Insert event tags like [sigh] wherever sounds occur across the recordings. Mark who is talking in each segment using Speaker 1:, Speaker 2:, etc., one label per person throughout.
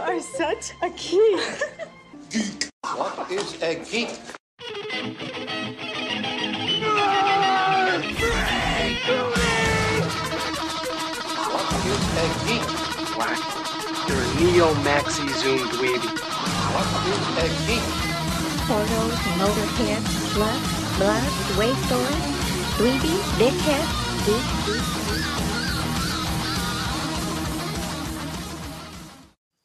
Speaker 1: are such a geek.
Speaker 2: What is a geek? What is a geek?
Speaker 3: Whack. You're a neo maxi zoom dweeby.
Speaker 2: What is a geek?
Speaker 4: Portals, motorhead, slut, blood, wasteland, dweeby, dickhead, geek, geek.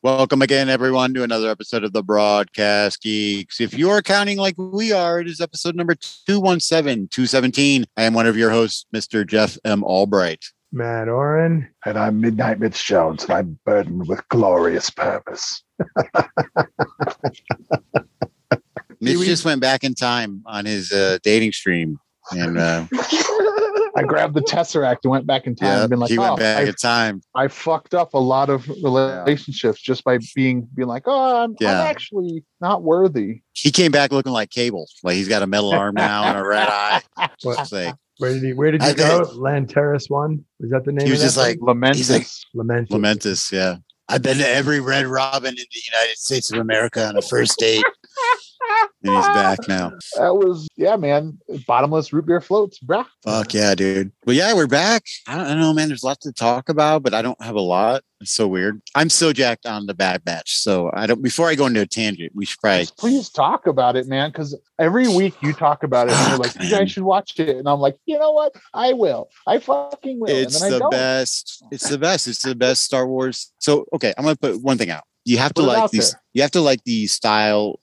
Speaker 5: Welcome again, everyone, to another episode of the Broadcast Geeks. If you're counting like we are, it is episode number 217, 217. I am one of your hosts, Mr. Jeff M. Albright.
Speaker 6: Matt Oren.
Speaker 7: And I'm Midnight Mitch Jones, and I'm burdened with glorious purpose.
Speaker 5: Mitch
Speaker 6: Pee-wee.
Speaker 5: just went back in time on his uh, dating stream.
Speaker 6: [laughs]
Speaker 5: And uh,
Speaker 6: I
Speaker 7: I
Speaker 6: grabbed the Tesseract and went back in time
Speaker 5: yeah,
Speaker 6: and been like,
Speaker 5: he
Speaker 6: oh,
Speaker 5: went back
Speaker 6: I,
Speaker 5: in time.
Speaker 6: I fucked up a lot of relationships just by being being like, oh, I'm,
Speaker 5: Yeah.
Speaker 6: I'm actually not worthy.
Speaker 5: He came back looking like cable. Like he's got a metal arm now and a red
Speaker 6: [laughs]
Speaker 5: eye. It's like,
Speaker 8: Where did he? Where did
Speaker 5: I
Speaker 8: he go?
Speaker 5: bet-
Speaker 8: Lanteris one was that the name?
Speaker 5: he was
Speaker 8: of that
Speaker 5: just like,
Speaker 6: Lamentous.
Speaker 8: lament.
Speaker 5: lamentous. Yeah. I've been to every Red Robin in the United States of America on a first date. and he's back now.
Speaker 6: that was, yeah, man. Bottomless root beer floats, bruh.
Speaker 5: Fuck yeah, dude. Well, yeah, we're back. I don't, I don't know, man. There's lots to talk about, but I don't have a lot. It's so weird. I'm so jacked on the Bad Batch. So I don't, before I go into a tangent, we should probably,
Speaker 6: Just Please talk about it, man. Because every week you talk about it, and you're like,
Speaker 5: Fuck,
Speaker 6: "You
Speaker 5: man.
Speaker 6: guys should watch it," and I'm like, "You know what? I will. I fucking will."
Speaker 5: it's
Speaker 6: and then I
Speaker 5: the
Speaker 6: don't.
Speaker 5: best. It's the best. It's the best Star Wars. So, okay, I'm going to put one thing out. You have to
Speaker 6: Put it
Speaker 5: like
Speaker 6: out
Speaker 5: these,
Speaker 6: there.
Speaker 5: you have to like the style,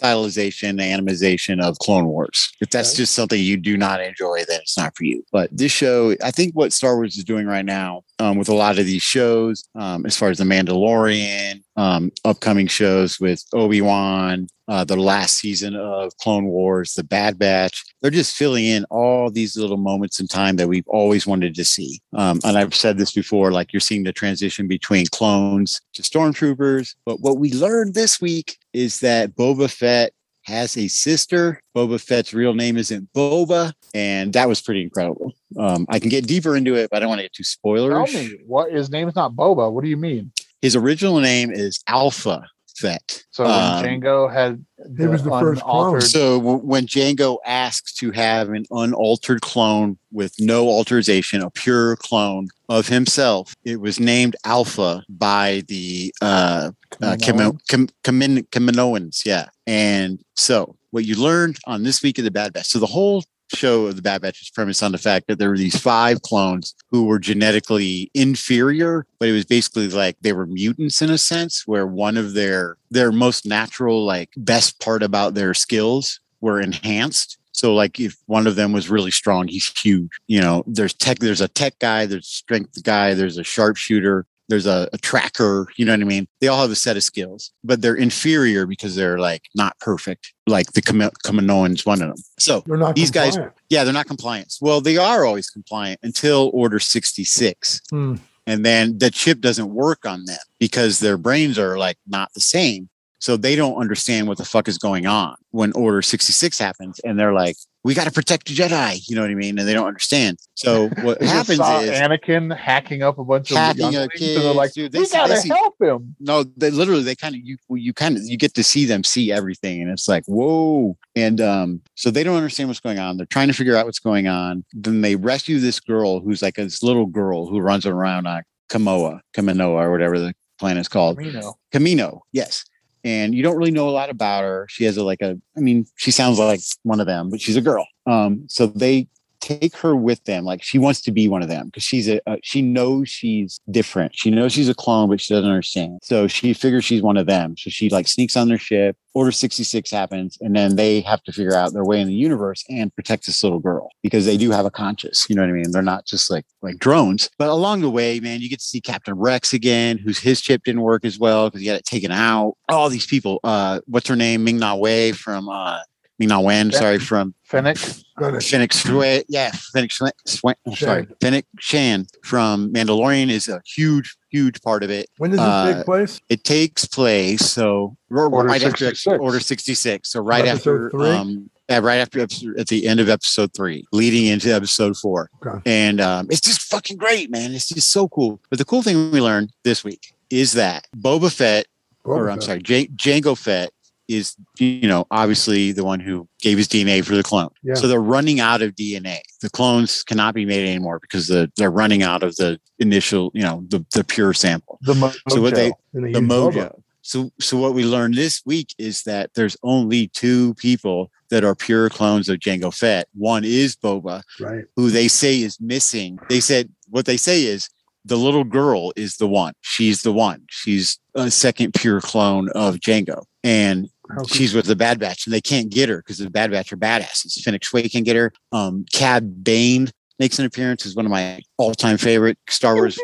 Speaker 5: stylization, animization of Clone Wars. If that's
Speaker 8: Okay.
Speaker 5: just something you do not enjoy, then it's not for you. But this show, I think what Star Wars is doing right now um, with a lot of these shows, um, as far as The Mandalorian, um, upcoming shows with Obi Wan, uh, the last season of Clone Wars, The Bad Batch, they're just filling in all these little moments in time that we've always wanted to see. Um, and I've said this before like you're seeing the transition between clones to stormtroopers. But what we learned this week is that Boba Fett has a sister. Boba Fett's real name isn't Boba, and that was pretty incredible. Um, I can get deeper into it, but I don't want to get too
Speaker 6: Tell
Speaker 5: spoilerish.
Speaker 6: me what his name's not Boba. What do you mean?
Speaker 5: His original name is Alpha Fett.
Speaker 6: So when
Speaker 5: Um,
Speaker 6: Django had
Speaker 8: He was the first clone.
Speaker 6: unauthored-
Speaker 5: So w- when Django asks to have an unaltered clone with no alteration, a pure clone of himself, it was named Alpha by the uh, uh, Kaminoans. Kaminoans, yeah. And so what you learned on this week of the Bad Batch. So the whole show of the Bad Batch is premised on the fact that there were these five clones who were genetically inferior, but it was basically like they were mutants in a sense, where one of their their most natural, like best part about their skills were enhanced. So like if one of them was really strong, he's huge. You know, there's tech, there's a tech guy, there's a strength guy, there's a sharpshooter, there's a, a tracker, you know what I mean? They all have a set of skills, but they're inferior because they're like not perfect, like the Kami- Kaminoans, one of them. So
Speaker 8: They're not
Speaker 5: These guys-
Speaker 8: compliant.
Speaker 5: yeah, they're not compliant. Well, they are always compliant until Order 66.
Speaker 8: Hmm.
Speaker 5: And then the chip doesn't work on them because their brains are like not the same. So they don't understand what the fuck is going on when Order 66 happens. And they're like, we got to protect the Jedi. You know what I mean? And they don't understand.
Speaker 6: [laughs]
Speaker 5: So what
Speaker 6: They just
Speaker 5: happens
Speaker 6: saw
Speaker 5: is.
Speaker 6: Anakin hacking up a bunch of
Speaker 5: Hacking
Speaker 6: younglings,
Speaker 5: a
Speaker 6: and they're
Speaker 5: kid,
Speaker 6: like,
Speaker 5: dude, they
Speaker 6: we
Speaker 5: see- they
Speaker 6: gotta
Speaker 5: see-
Speaker 6: help
Speaker 5: [laughs]
Speaker 6: him.
Speaker 5: no, they literally they kind of you you kind of you get to see them see everything, and it's like whoa. And um, so they don't understand what's going on. They're trying to figure out what's going on. Then they rescue this girl who's like this little girl who runs around on Kamoa, Kaminoa, or whatever the planet's called.
Speaker 6: You know,
Speaker 5: Camino, yes. And you don't really know a lot about her. She has a, like a, I mean, she sounds like one of them, but she's a girl. Um, so they take her with them. Like she wants to be one of them because she's a, uh, she knows she's different. She knows she's a clone, but she doesn't understand. So she figures she's one of them. So she like sneaks on their ship. Order 66 happens, and then they have to figure out their way in the universe and protect this little girl because they do have a conscience. You know what I mean? They're not just like like drones. But along the way, man, you get to see Captain Rex again, whose his chip didn't work as well because he had it taken out. All these people. Uh, what's her name? Ming Na Wei from uh, Ming Na Wen.
Speaker 6: Yeah.
Speaker 5: Sorry, from
Speaker 6: Fennec.
Speaker 8: Finish.
Speaker 5: Phoenix Swe- yeah, Phoenix Swe- Swe- oh, sorry, Phoenix Shan from Mandalorian is a huge, huge part of it.
Speaker 8: When does
Speaker 5: Uh,
Speaker 8: this take place?
Speaker 5: It takes place so r-
Speaker 6: Order
Speaker 5: right after
Speaker 6: 66.
Speaker 5: Order sixty six, so right
Speaker 8: Episode
Speaker 5: after
Speaker 8: three?
Speaker 5: um, yeah, right after episode, at the end of episode three, leading into episode four,
Speaker 8: Okay.
Speaker 5: and um, it's just fucking great, man. It's just so cool. But the cool thing we learned this week is that Boba Fett
Speaker 8: Boba
Speaker 5: or I'm
Speaker 8: Fett.
Speaker 5: sorry, J- Django Fett is you know obviously the one who gave his DNA for the clone.
Speaker 8: Yeah.
Speaker 5: So they're running out of DNA. The clones cannot be made anymore because the, they're running out of the initial, you know, the, the pure sample.
Speaker 6: The mo-
Speaker 5: So what they
Speaker 6: mojo.
Speaker 8: And they
Speaker 5: the
Speaker 8: use Boba.
Speaker 5: mojo. So so what we learned this week is that there's only two people that are pure clones of Django Fett. One is Boba,
Speaker 8: Right.
Speaker 5: who they say is missing. They said what they say is the little girl is the one. She's the one. She's a second pure clone of Django, and
Speaker 8: How could-
Speaker 5: she's with the Bad Batch, and they can't get her because the Bad Batch are badasses. Phoenix Way can get her. Um, Cad Bane makes an appearance is one of my all-time favorite Star Wars.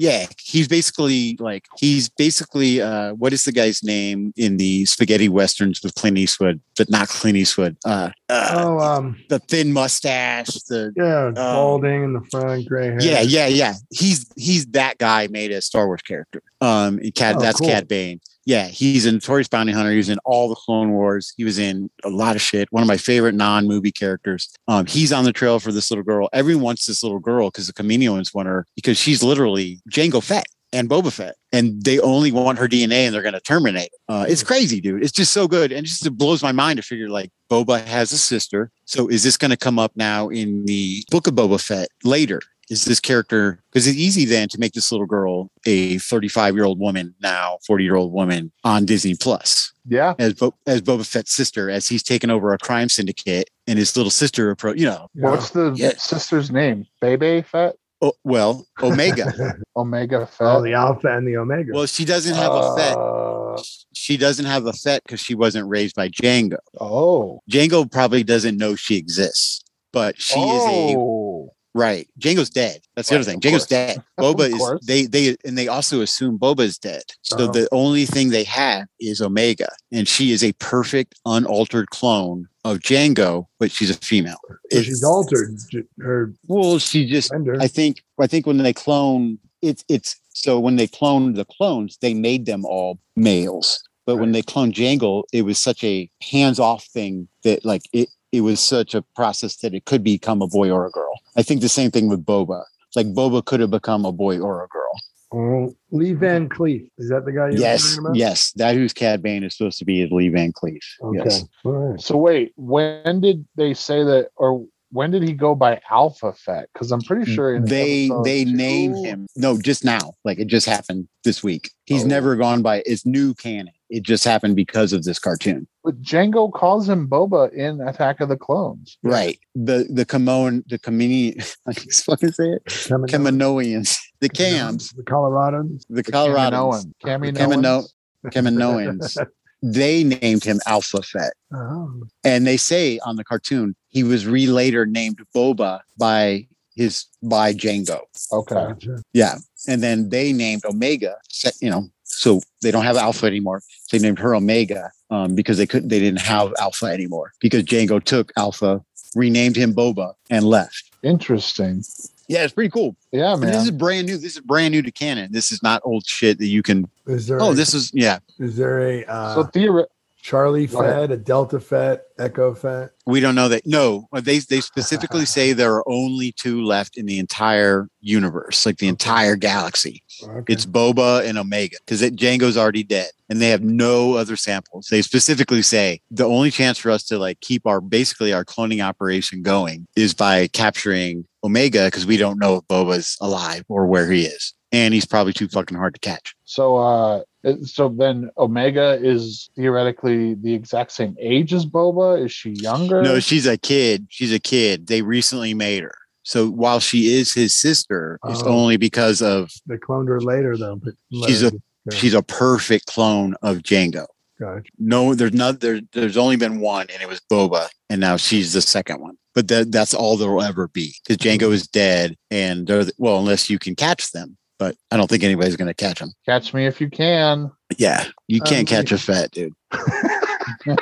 Speaker 5: yeah, he's basically like he's basically uh, what is the guy's name in the spaghetti westerns with Clint Eastwood, but not Clint Eastwood. Uh, uh,
Speaker 8: Oh, um,
Speaker 5: the thin mustache, the
Speaker 8: yeah, balding in the front, gray hair.
Speaker 5: Um, yeah, yeah, yeah. He's he's that guy made a Star Wars character. Um, and Cad,
Speaker 8: Oh,
Speaker 5: that's
Speaker 8: cool.
Speaker 5: Cad Bane. Yeah, he's a notorious bounty hunter. He was in all the Clone Wars. He was in a lot of shit. One of my favorite non-movie characters. Um, he's on the trail for this little girl. Everyone wants this little girl because the Kaminoans want her because she's literally Django Fett and Boba Fett, and they only want her DNA, and they're going to terminate. it. Uh,
Speaker 8: Hmm.
Speaker 5: it's crazy, dude. It's just so good, and it just it blows my mind to figure like Boba has a sister. So is this going to come up now in the book of Boba Fett later? Is this character because it's easy then to make this little girl a 35 year old woman now, 40 year old woman on Disney Plus?
Speaker 6: Yeah.
Speaker 5: as Bo- as Boba Fett's sister as he's taken over a crime syndicate and his little sister approach. You know,
Speaker 8: Yeah.
Speaker 6: What's the
Speaker 5: Yeah.
Speaker 6: sister's name? Bebe Fett?
Speaker 5: oh, well,
Speaker 6: [laughs]
Speaker 5: Omega.
Speaker 6: Omega Fett?
Speaker 8: Oh, the Alpha and the Omega.
Speaker 5: well, she doesn't have a Fett.
Speaker 6: Uh,
Speaker 5: She doesn't have a Fett because she wasn't raised by Django.
Speaker 6: oh.
Speaker 5: Django probably doesn't know she exists, but she is a
Speaker 6: oh.
Speaker 5: right. Django's dead. That's the
Speaker 6: Right,
Speaker 5: other thing.
Speaker 6: of
Speaker 5: Django's
Speaker 6: course.
Speaker 5: dead. Boba
Speaker 6: [laughs] Of course. Uh-huh.
Speaker 5: is they they and they also assume Boba is dead. So
Speaker 8: Oh.
Speaker 5: the only thing they have is Omega, and she is a perfect unaltered clone of Django, but she's a female.
Speaker 8: So
Speaker 5: It's-
Speaker 8: she's altered j- her
Speaker 5: Well, she just
Speaker 8: gender.
Speaker 5: I think I think when they clone it's it's so when they cloned the clones, they made them all males. But when they cloned Jangle, it was such a hands-off thing that like it it was such a process that it could become a boy or a girl. I think the same thing with Boba. Like Boba could have become a boy or a girl.
Speaker 8: Oh, Lee Van Cleef. Is that the guy you're
Speaker 5: yes,
Speaker 8: talking about?
Speaker 5: yes. That who's Cad Bane is supposed to be is Lee Van Cleef.
Speaker 8: Okay.
Speaker 5: Yes.
Speaker 8: All right.
Speaker 6: So wait, when did they say that, or when did he go by Alpha Fett? Because I'm pretty sure in
Speaker 5: Mm, they
Speaker 6: episode
Speaker 5: they
Speaker 6: two-
Speaker 5: name him no just now like it just happened this week he's
Speaker 6: Oh.
Speaker 5: never gone by it's new canon it just happened because of this cartoon
Speaker 6: But Django calls him Boba in Attack of the Clones.
Speaker 5: right the the Kamon the [laughs] Kamini I can fucking say it
Speaker 8: Kamino-
Speaker 5: Kaminoans the Cams
Speaker 8: The Coloradans.
Speaker 5: the
Speaker 6: Camino
Speaker 5: Coloradans
Speaker 6: Camino.
Speaker 5: Kamino- Kaminoans they named him Alpha Fett
Speaker 8: Oh,
Speaker 5: and they say on the cartoon he was re later named Boba by his by Django
Speaker 6: Okay.
Speaker 8: gotcha.
Speaker 5: Yeah. And then they named Omega, se- you know, so they don't have Alpha anymore. They named her Omega um, because they couldn't, they didn't have Alpha anymore because Django took Alpha, renamed him Boba, and left.
Speaker 6: Interesting.
Speaker 5: Yeah, it's pretty cool.
Speaker 6: Yeah,
Speaker 5: And this
Speaker 6: man.
Speaker 5: is brand new. This is brand new to canon. This is not old shit that you can.
Speaker 8: Is there?
Speaker 5: Oh,
Speaker 8: a-
Speaker 5: this is yeah.
Speaker 8: Is there a uh,
Speaker 6: so theoretically,
Speaker 8: Charlie
Speaker 6: Go ahead.
Speaker 8: Fed, a Delta Fed, Echo Fed?
Speaker 5: We don't know that. No, they they specifically say there are only two left in the entire universe, like the entire galaxy.
Speaker 8: Okay.
Speaker 5: It's Boba and Omega because Django's already dead, and they have no other samples. They specifically say the only chance for us to like keep our basically our cloning operation going is by capturing Omega because we don't know if Boba's alive or where he is, and he's probably too fucking hard to catch.
Speaker 6: so uh it- so then Omega is theoretically the exact same age as Boba. Is she younger?
Speaker 5: No, she's a kid. She's a kid. They recently made her. So while she is his sister, it's
Speaker 8: Oh.
Speaker 5: only because of
Speaker 8: they cloned her later though, but
Speaker 5: She's a-
Speaker 8: Yeah.
Speaker 5: she's a perfect clone of Django.
Speaker 8: Gotcha.
Speaker 5: no there's not there, there's only been one and it was boba and now she's the second one but that that's all there will ever be because django is dead and they're the- well unless you can catch them but i don't think anybody's going to catch them
Speaker 6: Catch me if you can. [laughs]
Speaker 5: yeah you can't
Speaker 8: Um,
Speaker 5: catch a fat dude
Speaker 6: you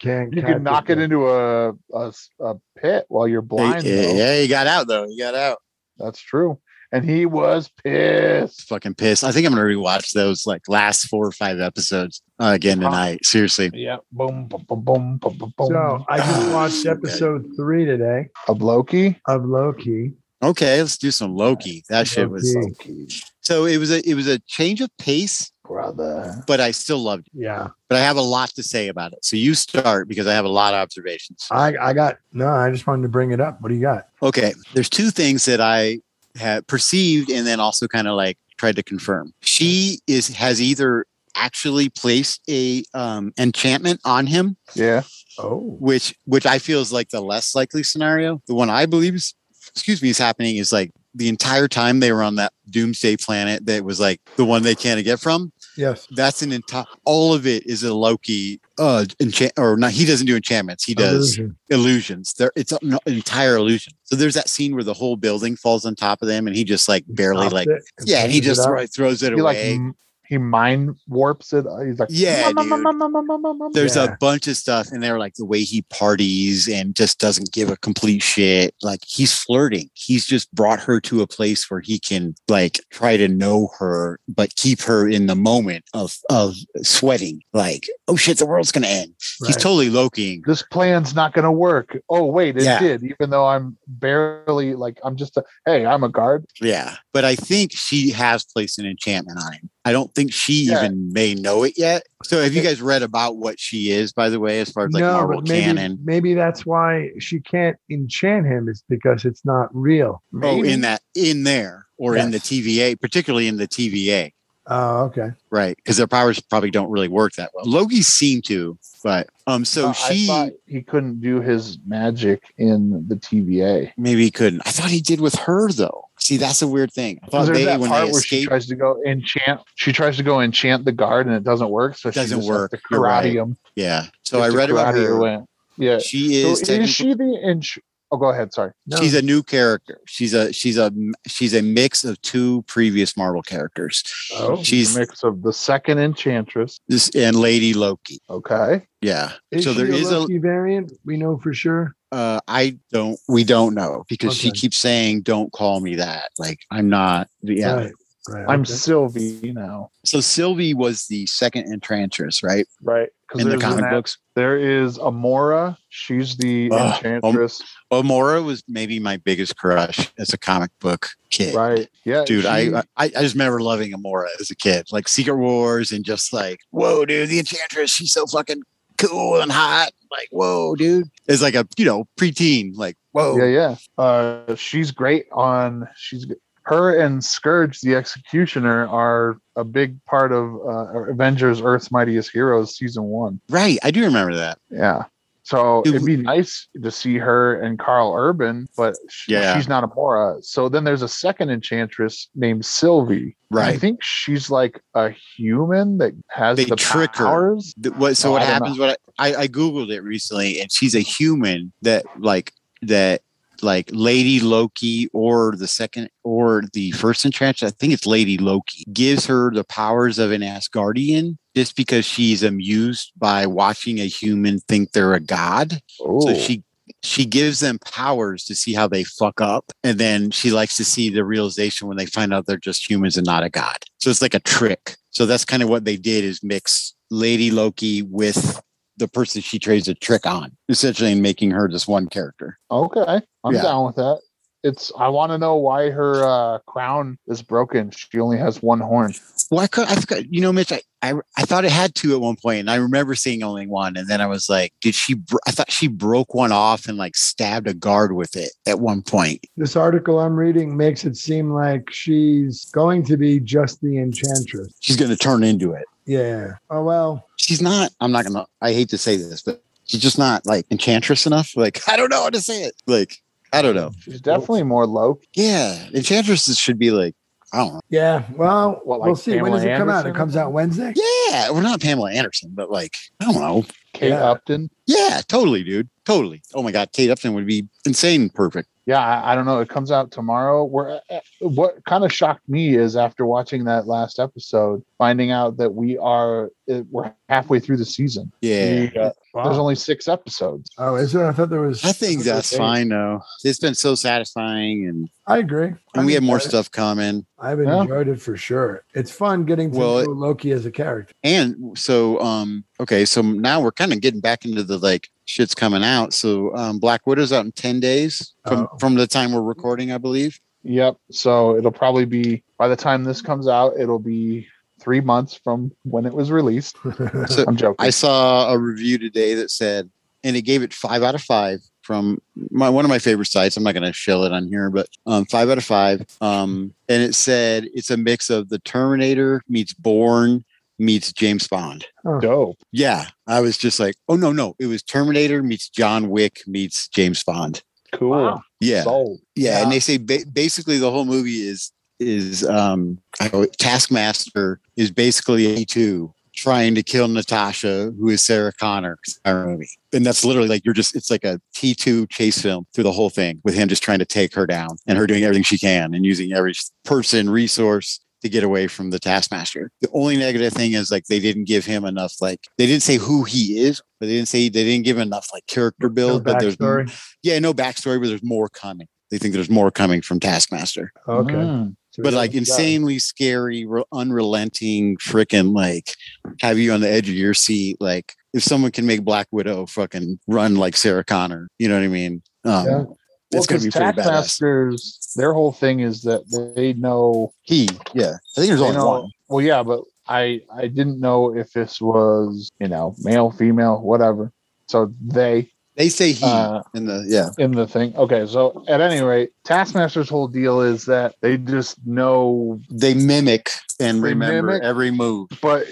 Speaker 8: Can't catch
Speaker 6: can knock it into a, a s- a pit while you're
Speaker 5: yeah,
Speaker 6: blind. though.
Speaker 5: yeah he got out though he got out
Speaker 6: That's true. And he was
Speaker 5: It's
Speaker 6: pissed.
Speaker 5: fucking pissed i think i'm going to rewatch those like last four or five episodes uh, again
Speaker 6: Huh.
Speaker 5: tonight seriously
Speaker 6: Yeah. Boom, boom, boom, boom, boom, boom, boom.
Speaker 8: So
Speaker 6: [sighs]
Speaker 8: I just watched episode three today
Speaker 6: of Loki.
Speaker 8: of Loki.
Speaker 5: okay let's do some loki that shit was
Speaker 8: Loki.
Speaker 5: so it was a it was a change of pace
Speaker 7: brother.
Speaker 5: but I still loved it.
Speaker 8: Yeah.
Speaker 5: But I have a lot to say about it. So you start because I have a lot of observations.
Speaker 8: I, I got, no, I just wanted to bring it up. What do you got?
Speaker 5: Okay. There's two things that I had perceived and then also kind of like tried to confirm. She is has either actually placed a um, enchantment on him,
Speaker 7: Yeah.
Speaker 8: Oh,
Speaker 5: which which I feel is like the less likely scenario. The one I believe is excuse me is happening is like the entire time they were on that doomsday planet that was like the one they can't get from
Speaker 8: yes.
Speaker 5: that's an entire all of it is a loki uh enchant or not he doesn't do enchantments he does
Speaker 8: Illusion.
Speaker 5: illusions there it's an entire illusion so there's that scene where the whole building falls on top of them and he just like barely
Speaker 8: Stops
Speaker 5: like
Speaker 8: it and
Speaker 5: yeah and he
Speaker 8: cleans it
Speaker 5: just
Speaker 8: up.
Speaker 5: thro- throws it
Speaker 7: He like
Speaker 5: away
Speaker 7: m- he mind warps it. uh, He's like,
Speaker 5: Yeah,
Speaker 7: "Mum, mum,
Speaker 5: dude.
Speaker 7: mum, mum, mum, mum, mum, mum."
Speaker 5: there's
Speaker 8: yeah.
Speaker 5: a bunch of stuff and they're like the way he parties and just doesn't give a complete shit like he's flirting he's just brought her to a place where he can like try to know her but keep her in the moment of of sweating like oh shit the world's gonna end he's
Speaker 8: Right.
Speaker 5: totally loking
Speaker 7: this plan's not going to work. Oh wait, it
Speaker 5: Yeah.
Speaker 7: did. Even though I'm barely like I'm just a, hey, I'm a guard.
Speaker 5: Yeah, but I think she has placed an enchantment on him. I don't think she
Speaker 7: Yeah.
Speaker 5: even may know it yet. So, have you guys read about what she is, by the way, as far as like Marvel
Speaker 8: but maybe,
Speaker 5: canon?
Speaker 8: maybe that's why she can't enchant him. It's because it's not real.
Speaker 5: Oh,
Speaker 7: Maybe.
Speaker 5: in that, in there, or in the TVA, particularly in the TVA,
Speaker 8: Oh, okay.
Speaker 5: right? Because their powers probably don't really work that well. Loki seemed to, but um, so
Speaker 7: Uh, I
Speaker 5: she
Speaker 7: thought he couldn't do his magic in the TVA.
Speaker 5: maybe couldn't. I thought he did with her though. See, that's a weird thing. I thought
Speaker 7: Because
Speaker 5: they
Speaker 7: there's that
Speaker 5: when
Speaker 7: part
Speaker 5: they
Speaker 7: where she
Speaker 5: escaped.
Speaker 7: tries to go enchant. She tries to go enchant the guard, and it doesn't work. So
Speaker 5: Doesn't
Speaker 7: she just
Speaker 5: work.
Speaker 7: Has to
Speaker 5: You're right.
Speaker 7: karate him.
Speaker 5: yeah. So
Speaker 7: She
Speaker 5: I
Speaker 7: has to
Speaker 5: read about
Speaker 7: karate
Speaker 5: her.
Speaker 7: way. Yeah.
Speaker 5: She
Speaker 7: So
Speaker 5: is.
Speaker 7: Is,
Speaker 5: technically-
Speaker 7: she the ench? Oh, go ahead. Sorry.
Speaker 8: No.
Speaker 5: She's a new character. She's a she's a she's a mix of two previous Marvel characters.
Speaker 8: Oh,
Speaker 5: she's
Speaker 7: a mix of the second enchantress.
Speaker 5: this and Lady Loki.
Speaker 7: Okay.
Speaker 5: Yeah.
Speaker 8: Is
Speaker 5: so there
Speaker 8: she
Speaker 5: is a
Speaker 8: a Loki variant. We know for sure.
Speaker 5: uh I don't we don't know because she
Speaker 8: Okay.
Speaker 5: keeps saying don't call me that. Like I'm not yeah.
Speaker 8: Right. right,
Speaker 7: I'm
Speaker 8: okay.
Speaker 7: Sylvie now.
Speaker 5: So Sylvie was the second enchantress, right?
Speaker 7: Right. Because
Speaker 5: In the comic books.
Speaker 7: There is Amora. She's the
Speaker 5: Ugh, oh
Speaker 7: enchantress.
Speaker 5: Omora was maybe my biggest crush as a comic book kid.
Speaker 7: right. Yeah.
Speaker 5: Dude,
Speaker 7: she-
Speaker 5: I, I I just remember loving Amora as a kid, like Secret Wars, and just like, whoa, dude, the Enchantress, she's so fucking cool and hot. Like, whoa, dude, it's like a you know preteen, like, whoa,
Speaker 7: Yeah, yeah. Uh, she's great on. She's g- her and Scourge, the Executioner, are a big part of uh, Avengers: Earth's Mightiest Heroes season one.
Speaker 5: right. I do remember that.
Speaker 7: Yeah. So
Speaker 5: Dude,
Speaker 7: it'd be nice to see her and Carl Urban, but sh-
Speaker 5: Yeah.
Speaker 7: she's not a Mora. So then there's a second enchantress named Sylvie. I
Speaker 5: Right.
Speaker 7: think she's like a human that has
Speaker 5: They
Speaker 7: the
Speaker 5: trick her.
Speaker 7: powers.
Speaker 5: Th- what so
Speaker 7: Oh,
Speaker 5: what
Speaker 7: I don't
Speaker 5: happens? What I, I I googled it recently, and she's a human that like that like Lady Loki or the second or the first enchantress. I think it's Lady Loki gives her the powers of an Asgardian just because she's amused by watching a human think they're a god. So
Speaker 7: Oh,
Speaker 5: she she gives them powers to see how they fuck up, and then she likes to see the realization when they find out they're just humans and not a god. So it's like a trick. So that's kind of what they did is mix Lady Loki with the person she trades a trick on, essentially in making her this one character.
Speaker 7: okay. I'm
Speaker 5: Yeah.
Speaker 7: down with that. It's I want to know why her uh, crown is broken. She only has one horn.
Speaker 5: Well, I could, I forgot, you know, Mitch, I, I, I thought it had two at one point, and I remember seeing only one. And then I was like, did she, br- I thought she broke one off and like stabbed a guard with it at one point.
Speaker 8: This article I'm reading makes it seem like she's going to be just the enchantress.
Speaker 5: She's going to turn into it.
Speaker 8: Yeah. Oh well.
Speaker 5: she's not i'm not gonna i hate to say this but she's just not like enchantress enough like [laughs] i don't know how to say it like i don't know
Speaker 7: She's definitely more low.
Speaker 5: yeah enchantress should be like i don't know
Speaker 8: Yeah. Well,
Speaker 7: What, like
Speaker 8: we'll see.
Speaker 7: Pamela
Speaker 8: when does it come out?
Speaker 7: Anderson
Speaker 8: It
Speaker 7: or
Speaker 8: comes out Wednesday.
Speaker 5: yeah we're not pamela anderson but like i don't know
Speaker 7: Kate
Speaker 8: Yeah.
Speaker 7: Upton.
Speaker 5: yeah totally dude totally oh my god kate upton would be insane perfect
Speaker 7: yeah I, I don't know it comes out tomorrow where what kind of shocked me is after watching that last episode finding out that we are eh, we're halfway through the season
Speaker 5: yeah
Speaker 7: We, uh, there's
Speaker 8: Wow.
Speaker 7: only six episodes
Speaker 8: Oh, is there? I thought there was.
Speaker 5: i think
Speaker 8: thought there
Speaker 5: that's
Speaker 8: was eight.
Speaker 5: fine though it's been so satisfying and
Speaker 8: I agree.
Speaker 5: and we
Speaker 8: I've
Speaker 5: have more
Speaker 8: enjoyed it.
Speaker 5: stuff coming
Speaker 8: I've
Speaker 7: Yeah.
Speaker 8: enjoyed it for sure. It's fun getting to
Speaker 5: Well, it-
Speaker 8: know Loki as a character.
Speaker 5: and so um okay so now we're kind of getting back into the like shit's coming out so um black widow's out in 10 days from
Speaker 8: Oh.
Speaker 5: from the time we're recording i believe
Speaker 7: yep so it'll probably be by the time this comes out it'll be three months from when it was released.
Speaker 5: [laughs] So-
Speaker 7: I'm joking.
Speaker 5: I saw a review today that said, and it gave it five out of five from my one of my favorite sites. I'm not going to shill it on here, but um, five out of five. Um, and it said it's a mix of The Terminator meets Born meets James Bond.
Speaker 7: Dope.
Speaker 5: Yeah, I was just like, oh no, no, it was Terminator meets John Wick meets James Bond.
Speaker 7: Cool.
Speaker 6: Wow.
Speaker 5: Yeah,
Speaker 7: Sold.
Speaker 5: yeah,
Speaker 6: Yeah.
Speaker 5: and they say ba- basically the whole movie is is um I call it- Taskmaster is basically a two trying to kill Natasha, who is Sarah Connor, our movie, and that's literally like you're just it's like a T two chase film through the whole thing with him just trying to take her down and her doing everything she can and using every person resource. To get away from the Taskmaster. The only negative thing is like they didn't give him enough, like they didn't say who he is, but they didn't say they didn't give enough like character
Speaker 8: No
Speaker 5: build. but there's
Speaker 8: backstory.
Speaker 5: yeah, no backstory, but there's more coming. They think there's more coming from Taskmaster,
Speaker 8: Okay.
Speaker 7: Mm.
Speaker 8: So
Speaker 5: but
Speaker 8: yeah.
Speaker 5: like insanely scary, re- unrelenting, freaking like have you on the edge of your seat. Like if someone can make Black Widow fucking run like Sarah Connor, you know what I mean? Um,
Speaker 8: Yeah.
Speaker 5: It's
Speaker 7: well,
Speaker 5: gonna be
Speaker 7: 'cause
Speaker 5: pretty badass.
Speaker 7: Taskmasters, their whole thing is that they know
Speaker 5: He, yeah, I think there's
Speaker 7: I
Speaker 5: only
Speaker 7: know-
Speaker 5: one.
Speaker 7: Well, yeah, but I I didn't know if this was you know male, female, whatever. So they
Speaker 5: They say he
Speaker 7: Uh,
Speaker 5: in the yeah.
Speaker 7: in the thing. Okay, so at any rate, Taskmaster's whole deal is that they just know.
Speaker 5: They mimic and
Speaker 7: They
Speaker 5: remember
Speaker 7: mimic-
Speaker 5: every move.
Speaker 7: But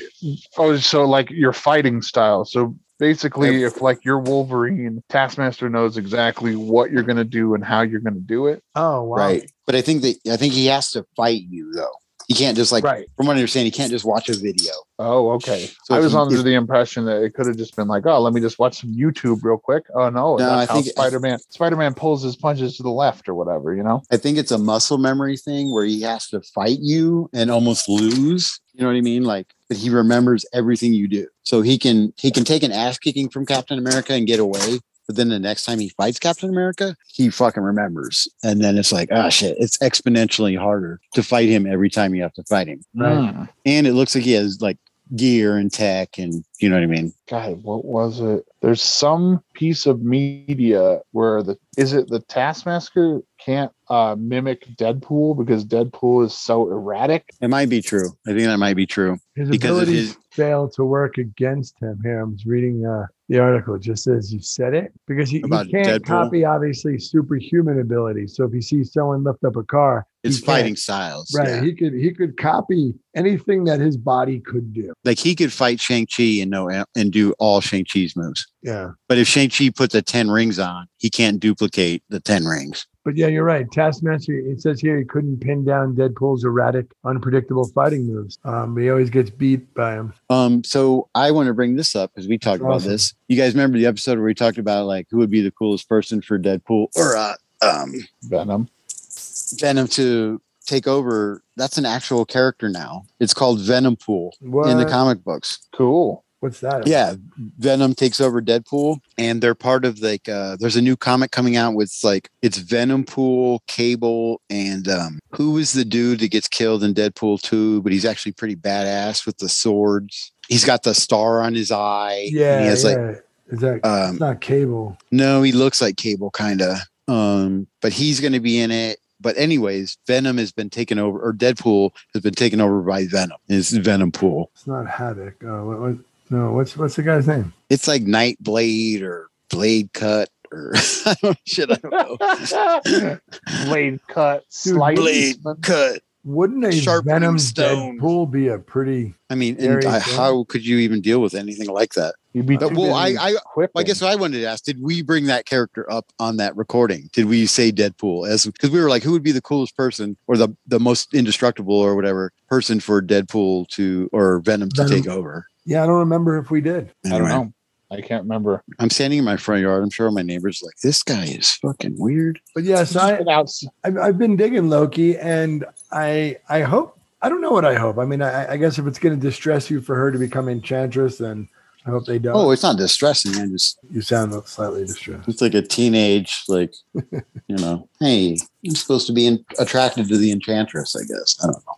Speaker 7: oh, so like your fighting style. So basically, if like you're Wolverine, Taskmaster knows exactly what you're gonna do and how you're gonna do it.
Speaker 8: oh wow.
Speaker 5: Right. But I think that I think he has to fight you though. He can't just like
Speaker 7: right.
Speaker 5: from what I understand, he can't just watch a video.
Speaker 7: Oh, okay.
Speaker 5: So
Speaker 7: I
Speaker 5: if
Speaker 7: was
Speaker 5: you-
Speaker 7: under
Speaker 5: if-
Speaker 7: the impression that it could have just been like, oh, let me just watch some YouTube real quick. Oh no,
Speaker 5: No,
Speaker 7: that's
Speaker 5: I
Speaker 7: how
Speaker 5: think-
Speaker 7: Spider Man Spider Man pulls his punches to the left or whatever, you know?
Speaker 5: I think it's a muscle memory thing where he has to fight you and almost lose. You know what I mean? Like, but he remembers everything you do, so he can he can take an ass kicking from Captain America and get away. But then the next time he fights Captain America, he fucking remembers, and then it's like, ah, shit! It's exponentially harder to fight him every time you have to fight him.
Speaker 8: Right.
Speaker 7: Hmm.
Speaker 5: And it looks like he has like gear and tech, and you know what I mean?
Speaker 7: God, what was it? There's some piece of media where the is it the Taskmaster can't uh, mimic Deadpool because Deadpool is so erratic.
Speaker 5: It might be true. I think that might be true.
Speaker 8: His
Speaker 5: Because of
Speaker 8: abilities
Speaker 5: his-
Speaker 8: fail to work against him. Here, I'm just reading uh, the article. It just says you said it because he, he
Speaker 5: About
Speaker 8: can't
Speaker 5: Deadpool?
Speaker 8: copy, obviously, superhuman abilities. So if he sees someone lift up a car, he
Speaker 5: It's
Speaker 8: can't.
Speaker 5: fighting styles,
Speaker 8: Right.
Speaker 5: yeah.
Speaker 8: He could he could copy anything that his body could do.
Speaker 5: Like he could fight Shang Chi and know and do all Shang Chi's moves.
Speaker 8: Yeah.
Speaker 5: But if Shang-Chi put the 10 rings on, he can't duplicate the 10 rings.
Speaker 8: But yeah, you're right. Taskmaster, it says here he couldn't pin down Deadpool's erratic, unpredictable fighting moves. Um, he always gets beat by him.
Speaker 5: Um, so I want to bring this up because we talked about
Speaker 8: Awesome.
Speaker 5: this. You guys remember the episode where we talked about like who would be the coolest person for Deadpool or uh, um,
Speaker 7: Venom.
Speaker 5: Venom to take over? That's an actual character now. It's called Venom Pool in the
Speaker 8: What?
Speaker 5: comic books. [laughs]
Speaker 7: Cool.
Speaker 8: What's that?
Speaker 5: Yeah, Venom takes over Deadpool, and they're part of like uh, there's a new comic coming out with like it's Venom Pool, Cable, and um, who is the dude that gets killed in Deadpool two? But he's actually pretty badass with the swords. He's got the star on his eye. and
Speaker 8: Yeah.
Speaker 5: he has like
Speaker 8: yeah. Is that
Speaker 5: um,
Speaker 8: it's not cable?
Speaker 5: no, he looks like Cable, kind of. Um, but he's going to be in it. But anyways, Venom has been taken over, or Deadpool has been taken over by Venom. It's Venom Pool.
Speaker 8: It's not Havoc. Oh, what, what, no, what's what's the guy's name?
Speaker 5: It's like Night Blade or Blade Cut or [laughs] I don't, shit. I don't
Speaker 7: [laughs]
Speaker 5: know.
Speaker 7: Blade cut,
Speaker 8: Dude,
Speaker 7: slice.
Speaker 5: Blade cut.
Speaker 8: Wouldn't a
Speaker 5: Sharp
Speaker 8: Venom
Speaker 5: Brimstone.
Speaker 8: Deadpool be a pretty?
Speaker 5: I mean,
Speaker 8: Very
Speaker 5: and I,
Speaker 8: good.
Speaker 5: how could you even deal with anything like that?
Speaker 7: You'd be
Speaker 5: But,
Speaker 7: too
Speaker 5: Uh, well, I,
Speaker 7: busy
Speaker 5: I, I
Speaker 7: quipping.
Speaker 5: guess what I wanted to ask: Did we bring that character up on that recording? Did we say Deadpool as because we were like, who would be the coolest person or the the most indestructible or whatever person for Deadpool to or Venom to
Speaker 8: Venom.
Speaker 5: take over?
Speaker 8: Yeah, I don't remember if we did.
Speaker 7: I don't
Speaker 5: Anyway,
Speaker 7: know. I can't remember.
Speaker 5: I'm standing in my front yard. I'm sure my neighbors like this guy is fucking weird.
Speaker 8: But yes, I
Speaker 7: But outs-
Speaker 8: I've, I've been digging Loki, and I I hope I don't know what I hope. I mean, I, I guess if it's going to distress you for her to become Enchantress, then I hope they don't.
Speaker 5: Oh, it's not distressing. I just
Speaker 8: you sound slightly distressed.
Speaker 5: It's like a teenage,
Speaker 7: [laughs]
Speaker 5: like, you know, hey, I'm supposed to be in- attracted to the enchantress, I guess. I don't know.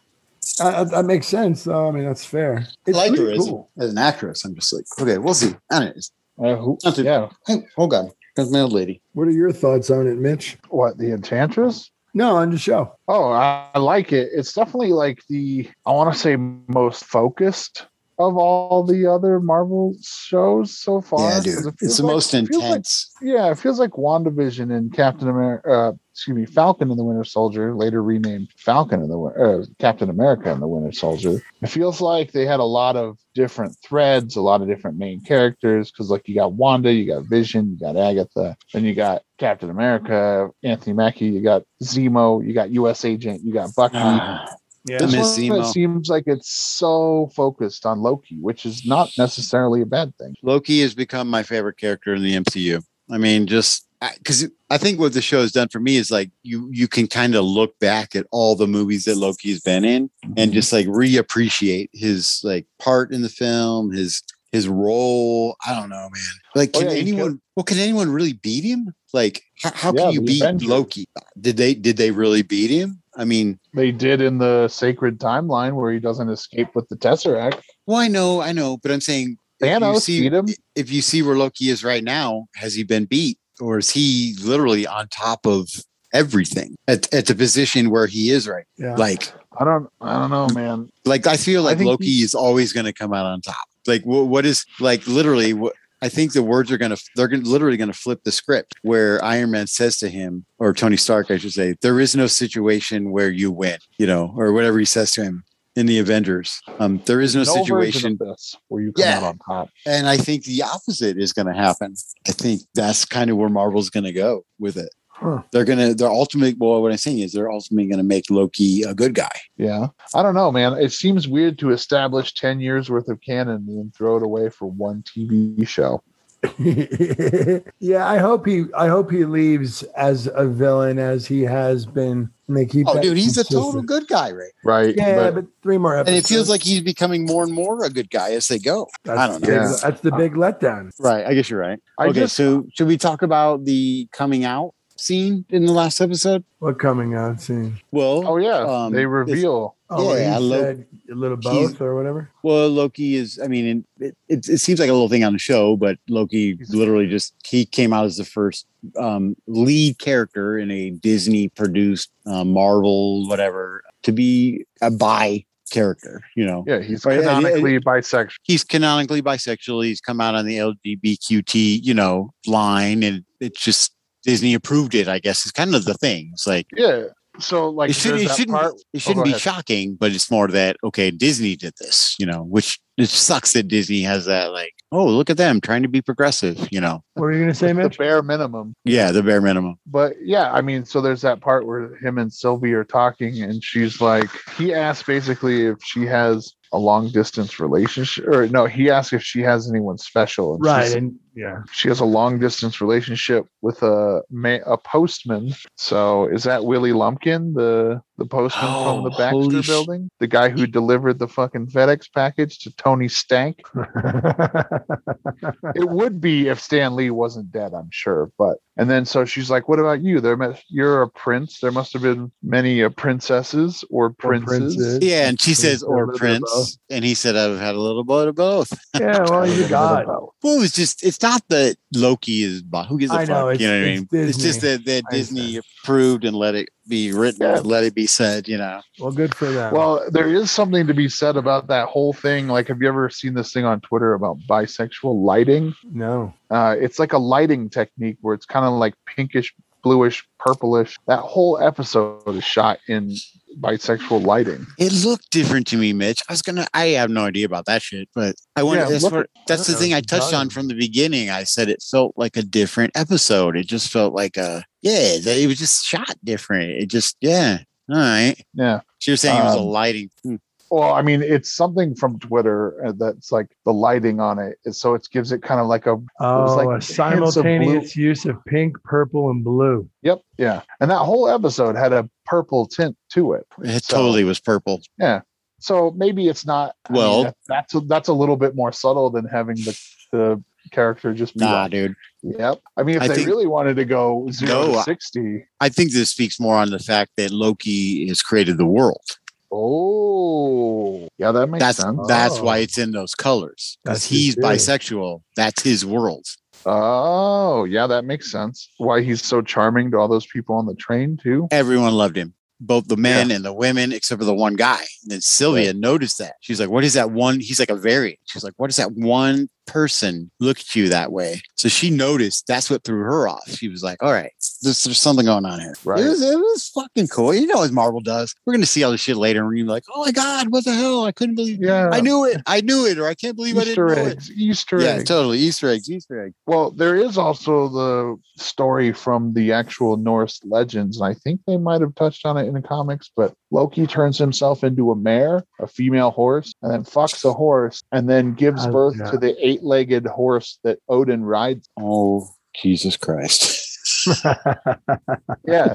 Speaker 8: I, I, that makes sense. though. I mean, that's fair. It's
Speaker 5: I like her
Speaker 8: pretty
Speaker 5: as, as an actress. I'm just like, okay, we'll see. Anyways,
Speaker 7: uh, who-
Speaker 5: Nothing.
Speaker 7: yeah.
Speaker 5: hey, hold on. That's my old lady.
Speaker 8: What are your thoughts on it, Mitch?
Speaker 7: What the Enchantress?
Speaker 8: No, on the show.
Speaker 7: Oh, I, I like it. It's definitely like the I want to say most focused of all the other Marvel shows so far.
Speaker 5: yeah,
Speaker 7: 'cause
Speaker 5: dude.
Speaker 7: it
Speaker 5: It's
Speaker 7: feels
Speaker 5: the
Speaker 7: like-
Speaker 5: most
Speaker 7: it feels like-
Speaker 5: intense.
Speaker 7: yeah, it feels like WandaVision and Captain America. Uh, excuse me, Falcon and the Winter Soldier, later renamed Falcon and the Win- uh, Captain America and the Winter Soldier. It feels like they had a lot of different threads, a lot of different main characters. Because like you got Wanda, you got Vision, you got Agatha, then you got Captain America, Anthony Mackie, you got Zemo, you got U.S. Agent, you got Bucky.
Speaker 5: I
Speaker 8: Yeah.
Speaker 7: This
Speaker 5: miss
Speaker 7: one, it
Speaker 5: Zemo.
Speaker 7: seems like it's so focused on Loki, which is not necessarily a bad thing.
Speaker 5: Loki has become my favorite character in the MCU. I mean, just because I, think what the show has done for me is like you you can kind of look back at all the movies that Loki's been in and just like reappreciate his like part in the film, his his role. I don't know, man. Like,
Speaker 7: Oh,
Speaker 5: can
Speaker 7: yeah, he's
Speaker 5: anyone? Well, can anyone really beat him? Like, how, how
Speaker 7: Yeah,
Speaker 5: can you
Speaker 7: the
Speaker 5: beat
Speaker 7: Avengers.
Speaker 5: Loki? Did they did they really beat him? I mean,
Speaker 7: They did in the sacred timeline where he doesn't escape with the Tesseract.
Speaker 5: well, I know, I know, but I'm saying if you
Speaker 7: Thanos
Speaker 5: see-
Speaker 7: beat him.
Speaker 5: if you see where Loki is right now, has he been beat or is he literally on top of everything at, at the position where he is right?
Speaker 8: Yeah.
Speaker 5: Like,
Speaker 7: I don't. I don't know, man.
Speaker 5: like I feel
Speaker 7: I
Speaker 5: like
Speaker 7: think
Speaker 5: Loki
Speaker 7: he-
Speaker 5: is always going to come out on top. Like, wh- what is like literally what? I think the words are going to, they're gonna, literally going to flip the script where Iron Man says to him, or Tony Stark, I should say, there is no situation where you win, you know, or whatever he says to him in the Avengers. Um, there is no,
Speaker 7: No
Speaker 5: situation
Speaker 7: version of this where you come
Speaker 5: Yeah.
Speaker 7: out on top.
Speaker 5: and I think the opposite is going to happen. I think that's kind of where Marvel's going to go with it.
Speaker 8: Huh.
Speaker 5: They're going to, they're ultimately, well, what I'm saying is they're ultimately going to make Loki a good guy.
Speaker 7: Yeah, I don't know, man. It seems weird to establish ten years worth of canon and then throw it away for one TV show.
Speaker 8: [laughs] yeah, I hope he I hope he leaves as a villain as he has been. And they keep
Speaker 5: Oh,
Speaker 8: that
Speaker 5: dude, he's a total
Speaker 8: consistent.
Speaker 5: good guy, right?
Speaker 7: Right?
Speaker 8: Yeah, but, three more
Speaker 5: And
Speaker 8: episodes.
Speaker 5: it feels like he's becoming more and more a good guy as they go.
Speaker 8: that's
Speaker 5: I don't
Speaker 8: the
Speaker 5: know.
Speaker 8: big- that's the big letdown.
Speaker 5: Right. I guess you're right.
Speaker 7: I
Speaker 5: okay.
Speaker 7: just-
Speaker 5: so should we talk about the coming out scene in the last episode?
Speaker 8: What coming out soon?
Speaker 5: Well,
Speaker 7: oh yeah,
Speaker 5: um,
Speaker 7: they
Speaker 5: it's-
Speaker 7: reveal.
Speaker 8: Oh,
Speaker 5: Yeah,
Speaker 8: yeah,
Speaker 5: I
Speaker 8: he
Speaker 5: love-
Speaker 8: said a little
Speaker 5: he's-
Speaker 8: both or
Speaker 5: [laughs]
Speaker 8: whatever.
Speaker 5: Well, Loki is. I mean, it, it, it seems like a little thing on the show, but Loki literally just he came out as the first um, lead character in a Disney-produced uh, Marvel whatever to be a bi character. You know,
Speaker 7: Yeah, he's
Speaker 5: Right, and- and-
Speaker 7: canonically bisexual.
Speaker 5: he's canonically bisexual. He's come out on the LGBTQT you know line, and it's just Disney approved it. I guess is kind of the thing. It's like
Speaker 7: Yeah. So like
Speaker 5: it, should,
Speaker 7: there's
Speaker 5: it
Speaker 7: that
Speaker 5: shouldn't,
Speaker 7: part-
Speaker 5: it shouldn't
Speaker 7: go
Speaker 5: be
Speaker 7: ahead.
Speaker 5: shocking, but it's more that okay, Disney did this, you know, which it sucks that Disney has that like, oh, look at them trying to be progressive, you know.
Speaker 8: What were you gonna say,
Speaker 7: the
Speaker 8: Mitch?
Speaker 7: bare minimum.
Speaker 5: Yeah, the bare minimum.
Speaker 7: but yeah, I mean, so there's that part where him and Sylvie are talking, and she's like, he asks basically if she has a long distance relationship, or no, he asks if she has anyone special, and she
Speaker 8: Right,
Speaker 5: [laughs]
Speaker 7: said
Speaker 8: and yeah, [laughs]
Speaker 7: she has a long distance relationship with a ma- a postman. So is that Willie Lumpkin, the the postman from the
Speaker 5: Oh,
Speaker 7: Baxter
Speaker 5: holy sh-
Speaker 7: building, the guy who delivered the fucking FedEx package to Tony Stank? it would be if Stan Lee wasn't dead, I'm sure. But and then so she's like, "What about you? There, must- you're a prince. There must have been many uh, princesses or princes."
Speaker 8: princes.
Speaker 5: Yeah, and she
Speaker 8: Prince
Speaker 5: says,
Speaker 8: or
Speaker 5: or
Speaker 8: little
Speaker 5: Prince, and he said, I've had a little bit of both.
Speaker 8: yeah. Well, he's a god.
Speaker 5: Well, it was just, it's not that Loki is, bi- who gives a
Speaker 8: I know,
Speaker 5: fuck, you
Speaker 8: it's-
Speaker 5: know what I
Speaker 8: it's
Speaker 5: mean? It's just that,
Speaker 8: Disney.
Speaker 5: that
Speaker 8: I
Speaker 5: Disney approved and let it be written,
Speaker 7: Yeah.
Speaker 5: let it be said, you know.
Speaker 8: Well, good for them.
Speaker 7: Well, there is something to be said about that whole thing. Like, have you ever seen this thing on Twitter about bisexual lighting?
Speaker 8: no.
Speaker 7: Uh, it's like a lighting technique where it's kind of like pinkish, bluish, purplish. That whole episode is shot in bisexual lighting.
Speaker 5: It looked different to me, Mitch. I was gonna. I have no idea about that shit, but I want.
Speaker 7: Yeah,
Speaker 5: that's
Speaker 7: look-
Speaker 5: what, that's the
Speaker 8: know,
Speaker 5: thing I
Speaker 8: it's
Speaker 5: touched on
Speaker 8: done.
Speaker 5: from the beginning. I said it felt like a different episode. It just felt like a yeah. that It was just shot different. It just yeah. All right.
Speaker 7: Yeah.
Speaker 5: So you're saying it was a
Speaker 7: Um,
Speaker 5: lighting. Hmm.
Speaker 7: Well, I mean, it's something from Twitter uh, that's like the lighting on it. is- So it gives it kind of like a
Speaker 8: Oh,
Speaker 7: was like
Speaker 8: a
Speaker 7: hints of blue.
Speaker 8: simultaneous use of pink, purple,
Speaker 5: [laughs]
Speaker 8: and blue.
Speaker 7: Yep. Yeah. And that whole episode had a purple tint to it.
Speaker 5: It
Speaker 7: so-
Speaker 5: totally was purple.
Speaker 7: So maybe it's not. I mean,
Speaker 5: Well-
Speaker 7: that- that's a, that's a little bit more subtle than having the, the character just be
Speaker 5: Nah,
Speaker 7: like,
Speaker 5: dude.
Speaker 7: Yep. I mean, if
Speaker 5: I
Speaker 7: they
Speaker 5: think-
Speaker 7: really wanted to go zero
Speaker 5: No,
Speaker 7: to
Speaker 5: I-
Speaker 7: sixty,
Speaker 5: I think this speaks more on the fact that Loki has created the world.
Speaker 7: oh, yeah, that makes
Speaker 5: That's
Speaker 7: sense.
Speaker 5: that's
Speaker 8: Oh.
Speaker 5: why it's in those colors. Because
Speaker 8: That's his
Speaker 5: he's
Speaker 8: theory.
Speaker 5: bisexual. That's his world.
Speaker 7: Oh, yeah, that makes sense. Why he's so charming to all those people on the train too?
Speaker 5: Everyone loved him, both the men and the women, except for the one guy. And then Sylvia noticed that. She's like, What is that one? He's like a variant. She's like, What is that one person look at you that way? So she noticed that's what threw her off. She was like, All right, this, there's something going on here.
Speaker 7: Right.
Speaker 5: It, was, it was fucking cool. You know, as Marvel does, we're going to see all this shit later. And you're like, Oh my God, what the hell? I couldn't believe
Speaker 7: Yeah.
Speaker 5: I knew it. I knew it. Or I can't believe I
Speaker 7: Easter
Speaker 5: didn't know it.
Speaker 7: eggs. Easter
Speaker 5: yeah,
Speaker 7: eggs.
Speaker 5: totally. Easter eggs, Easter eggs.
Speaker 7: Well, there is also the story from the actual Norse legends, and I think they might have touched on it in the comics. But Loki turns himself into a mare, a female horse, and then fucks a horse, and then gives
Speaker 8: Oh,
Speaker 7: birth
Speaker 8: yeah.
Speaker 7: to the eight-legged horse that Odin rides.
Speaker 8: [laughs]
Speaker 5: Oh, Jesus Christ.
Speaker 7: Yeah.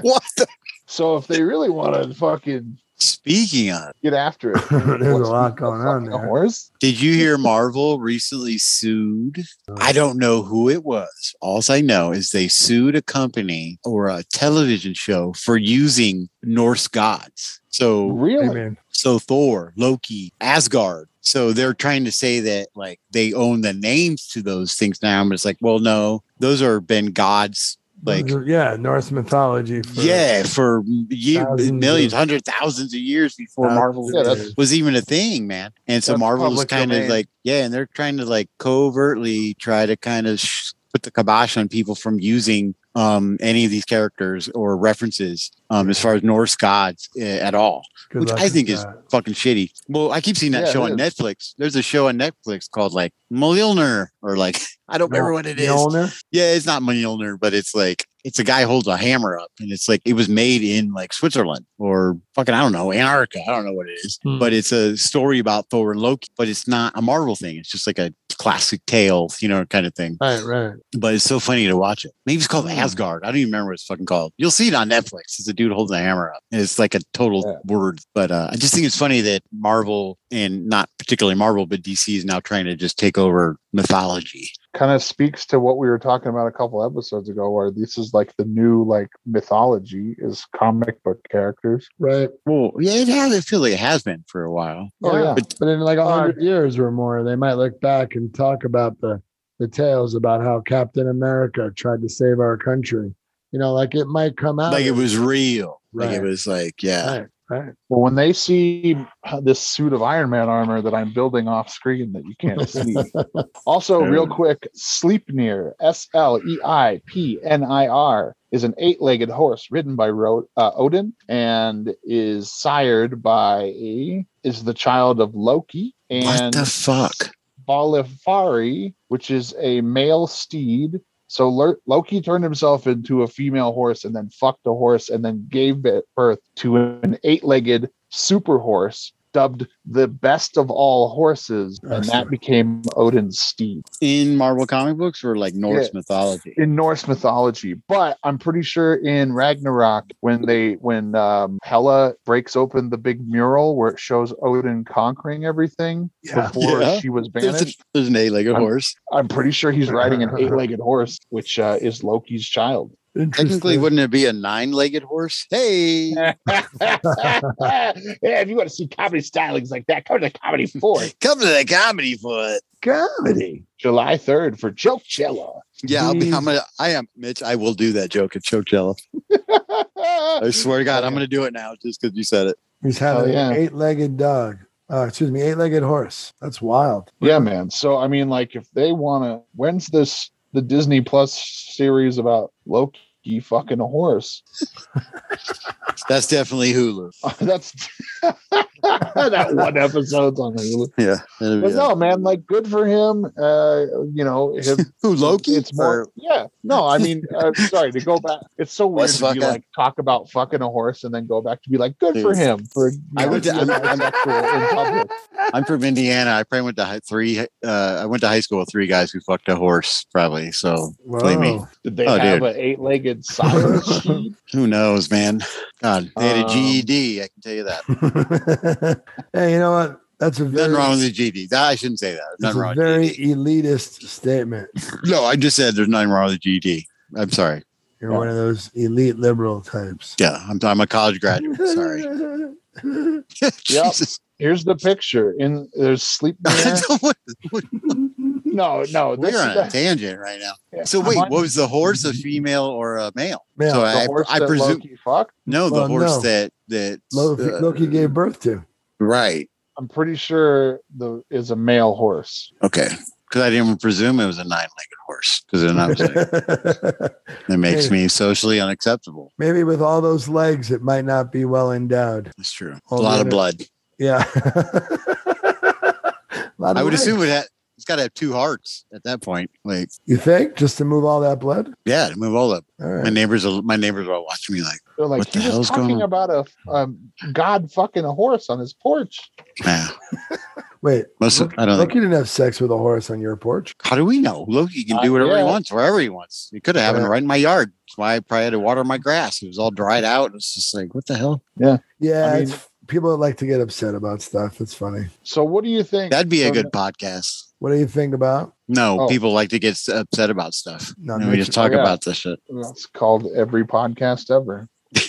Speaker 5: [laughs]
Speaker 7: [laughs]
Speaker 5: what the?
Speaker 7: so if they really want to fucking
Speaker 5: Speaking of,
Speaker 7: get after
Speaker 8: [laughs]
Speaker 7: it,
Speaker 8: There's
Speaker 7: what's
Speaker 8: a lot
Speaker 7: with
Speaker 8: going
Speaker 7: the
Speaker 8: on
Speaker 7: fucking
Speaker 8: there.
Speaker 7: Horse.
Speaker 5: Did you hear Marvel recently sued?
Speaker 8: Oh.
Speaker 5: I don't know who it was. All I know is they sued a company or a television show for using Norse gods. So
Speaker 8: Hey,
Speaker 7: Really?
Speaker 8: man.
Speaker 5: so Thor, Loki, Asgard. So they're trying to say that like they own the names to those things now. I'm just like, well, no, those are been gods like
Speaker 8: yeah, Norse mythology. for-
Speaker 5: yeah, for years,
Speaker 8: Thousands
Speaker 5: millions,
Speaker 8: of-
Speaker 5: hundred thousands of years before
Speaker 8: Thousands
Speaker 5: Marvel
Speaker 7: Yeah, that's-
Speaker 5: was even a thing, man. And so
Speaker 7: That's
Speaker 5: Marvel was
Speaker 7: public
Speaker 5: kind of
Speaker 7: domain.
Speaker 5: like, yeah, and they're trying to like covertly try to kind of sh- put the kibosh on people from using um, any of these characters or references um, as far as Norse gods uh, at all.
Speaker 8: Good
Speaker 5: Which
Speaker 8: luck
Speaker 5: I
Speaker 8: with
Speaker 5: think is-
Speaker 8: that.
Speaker 5: Fucking shitty. Well, I keep seeing that
Speaker 7: Yeah,
Speaker 5: show
Speaker 7: it
Speaker 5: on Netflix. There's a show on Netflix called like Mjolnir or like [laughs] I don't remember what it is.
Speaker 8: Mjolnir?
Speaker 5: Yeah, it's not Mjolnir, but it's like it's a guy holds a hammer up, and it's like it was made in like Switzerland or fucking I don't know Antarctica. I don't know what it is,
Speaker 8: Hmm.
Speaker 5: but it's a story about Thor and Loki. But it's not a Marvel thing. It's just like a classic tale, you know, kind of thing.
Speaker 8: Right, right.
Speaker 5: But it's so funny to watch it. Maybe it's called
Speaker 7: Hmm.
Speaker 5: Asgard. I don't even remember what it's fucking called. You'll see it on Netflix. It's a dude holding a hammer up, and it's like a total word. But uh, I just think it's funny that Marvel and not particularly Marvel, but DC is now trying to just take over mythology.
Speaker 7: kind of speaks to what we were talking about a couple episodes ago where this is like the new like mythology is comic book characters
Speaker 8: Right.
Speaker 5: Well, yeah, it has. I feel like it has been for a while.
Speaker 7: Oh, yeah.
Speaker 8: But, in like a hundred years or more, they might look back and talk about the the tales about how Captain America tried to save our country. You know, like it might come out
Speaker 5: like it was real. Like it
Speaker 8: Right.
Speaker 5: was like, yeah.
Speaker 8: Right, right.
Speaker 7: well when they see this suit of iron man armor that i'm building off screen that you
Speaker 5: [laughs]
Speaker 7: can't see also real quick sleipnir E s-l-e-i-p-n-i-r is an eight-legged horse ridden by Ro- uh, odin and is sired by is the child of loki and
Speaker 5: What the fuck?
Speaker 7: Balifari, which is a male steed. So Lur- Loki turned himself into a female horse and then fucked a horse and then gave bi- birth to an eight legged super horse dubbed the best of all horses. And that
Speaker 8: Excellent.
Speaker 7: became Odin's steed
Speaker 5: In Marvel comic books or like Norse
Speaker 7: Yeah.
Speaker 5: mythology?
Speaker 7: in Norse mythology. But I'm pretty sure in Ragnarok, when they when um, Hela breaks open the big mural where it shows Odin conquering everything
Speaker 8: Yeah.
Speaker 7: before
Speaker 5: Yeah.
Speaker 7: she was
Speaker 5: There's,
Speaker 7: banished.
Speaker 5: a, there's an eight-legged
Speaker 7: I'm-
Speaker 5: horse.
Speaker 7: I'm pretty sure he's riding an eight-legged horse, which uh, is Loki's child.
Speaker 5: [laughs] [laughs] Technically,
Speaker 8: Interesting.
Speaker 5: wouldn't it be a nine-legged horse? Hey,
Speaker 7: yeah, if you want to see comedy stylings like that, come to Comedy Four,
Speaker 5: come to the comedy foot.
Speaker 8: comedy.
Speaker 7: July third for Joke Jello.
Speaker 5: Yeah, I'll [laughs] be, I'm gonna. I am Mitch. I will do that joke at Chocella. I swear to God, [laughs] I'm gonna do it now just because you said it.
Speaker 8: He's having
Speaker 7: Oh, yeah.
Speaker 8: an eight-legged dog. Uh, excuse me, eight-legged horse. That's wild.
Speaker 7: [laughs] yeah, man. So I mean, like, if they want to, when's this the Disney Plus series about Loki fucking a horse? [laughs]
Speaker 5: That's definitely Hulu.
Speaker 7: That's [laughs] that one episode's on Hulu.
Speaker 5: Yeah, that'll be
Speaker 7: But
Speaker 5: it.
Speaker 7: no, man, like, good for him. Uh, you know, him
Speaker 5: who Loki?
Speaker 7: It's more. yeah. No, I mean, uh, sorry to go back. It's so weird
Speaker 5: Let's
Speaker 7: to be
Speaker 5: fuck up.
Speaker 7: like talk about fucking a horse and then go back to be like, good for
Speaker 5: Dude.
Speaker 7: him for
Speaker 5: I would-
Speaker 7: being
Speaker 5: I'm- I'm-
Speaker 7: homosexual in public.
Speaker 5: I'm from Indiana. I probably went to hi- three. Uh, I went to high school with three guys who fucked a horse, probably. So Blame me.
Speaker 8: Whoa.
Speaker 7: Did they
Speaker 5: Oh,
Speaker 7: have
Speaker 5: dude.
Speaker 7: an
Speaker 5: [laughs]
Speaker 7: eight-legged sire?
Speaker 5: who knows, man? God, they had a
Speaker 7: Um,
Speaker 5: GED. I can tell you that.
Speaker 8: [laughs] hey, you know what? That's a very,
Speaker 5: Nothing wrong with the GED. That, I shouldn't say that. There's
Speaker 8: that's
Speaker 5: Nothing
Speaker 8: a
Speaker 5: wrong. With
Speaker 8: very elitist statement.
Speaker 5: GED. [laughs] No, I just said there's nothing wrong with the GED. I'm sorry.
Speaker 8: You're
Speaker 7: Yeah.
Speaker 8: one of those elite liberal types.
Speaker 5: [laughs] Yeah, I'm, I'm a college graduate. Sorry.
Speaker 8: Sorry.
Speaker 7: Yep.
Speaker 5: Jesus. [laughs]
Speaker 7: Here's the picture. In there's sleep. Manor. no, no. This,
Speaker 5: We're on a
Speaker 7: that-
Speaker 5: tangent right now.
Speaker 7: yeah,
Speaker 5: So
Speaker 7: I'm
Speaker 5: wait,
Speaker 7: on
Speaker 5: what was the horse a female or a male?
Speaker 8: [laughs] Male.
Speaker 5: so
Speaker 8: The
Speaker 5: I,
Speaker 7: horse
Speaker 5: I
Speaker 7: that
Speaker 5: presume
Speaker 7: Loki fucked?
Speaker 5: uh, no, the
Speaker 8: Well,
Speaker 5: horse
Speaker 8: no.
Speaker 5: that that
Speaker 8: Loki,
Speaker 5: uh,
Speaker 8: Loki gave birth to. [laughs]
Speaker 5: right.
Speaker 7: I'm pretty sure the is a male horse.
Speaker 5: Okay, because I didn't presume it was a nine-legged horse because then I was like,
Speaker 8: [laughs]
Speaker 5: that makes
Speaker 8: Hey.
Speaker 5: me socially unacceptable.
Speaker 8: Maybe with all those legs, it might not be well endowed.
Speaker 5: That's true.
Speaker 8: Oh,
Speaker 5: a lot of
Speaker 8: yeah.
Speaker 5: blood.
Speaker 8: Yeah. [laughs] Lot of
Speaker 5: I would
Speaker 8: legs.
Speaker 5: assume it had, it's got to have two hearts at that point. Like,
Speaker 8: You think just to move all that blood?
Speaker 5: yeah, to move all up.
Speaker 8: All
Speaker 5: My
Speaker 8: right.
Speaker 5: neighbors, will- my neighbors will watch me like,
Speaker 7: They're like
Speaker 5: What the
Speaker 7: he was
Speaker 5: hell's going
Speaker 7: talking
Speaker 5: on?"
Speaker 7: about a um, god fucking a horse on his porch.
Speaker 5: yeah.
Speaker 8: Wait,
Speaker 5: Most of, I don't
Speaker 8: Loki
Speaker 5: think.
Speaker 8: didn't have sex with a horse on your porch.
Speaker 5: How do we know? Loki can do
Speaker 7: Not
Speaker 5: whatever he
Speaker 7: yet.
Speaker 5: wants, wherever he wants. It could have happened
Speaker 8: Yeah.
Speaker 5: right in my yard. That's why I probably had to water my grass. It was all dried out. It's just like, what the hell?
Speaker 8: Yeah,
Speaker 7: I mean-
Speaker 8: it's, people like to get upset about stuff. It's funny.
Speaker 7: So what do you think?
Speaker 5: That'd be a
Speaker 7: so
Speaker 5: good podcast.
Speaker 8: What do you think about?
Speaker 5: No,
Speaker 7: Oh.
Speaker 5: people like to get s- upset about stuff.
Speaker 8: No,
Speaker 5: and we just talk
Speaker 7: Oh, yeah.
Speaker 5: about this shit.
Speaker 7: That's called every podcast ever.
Speaker 8: [laughs]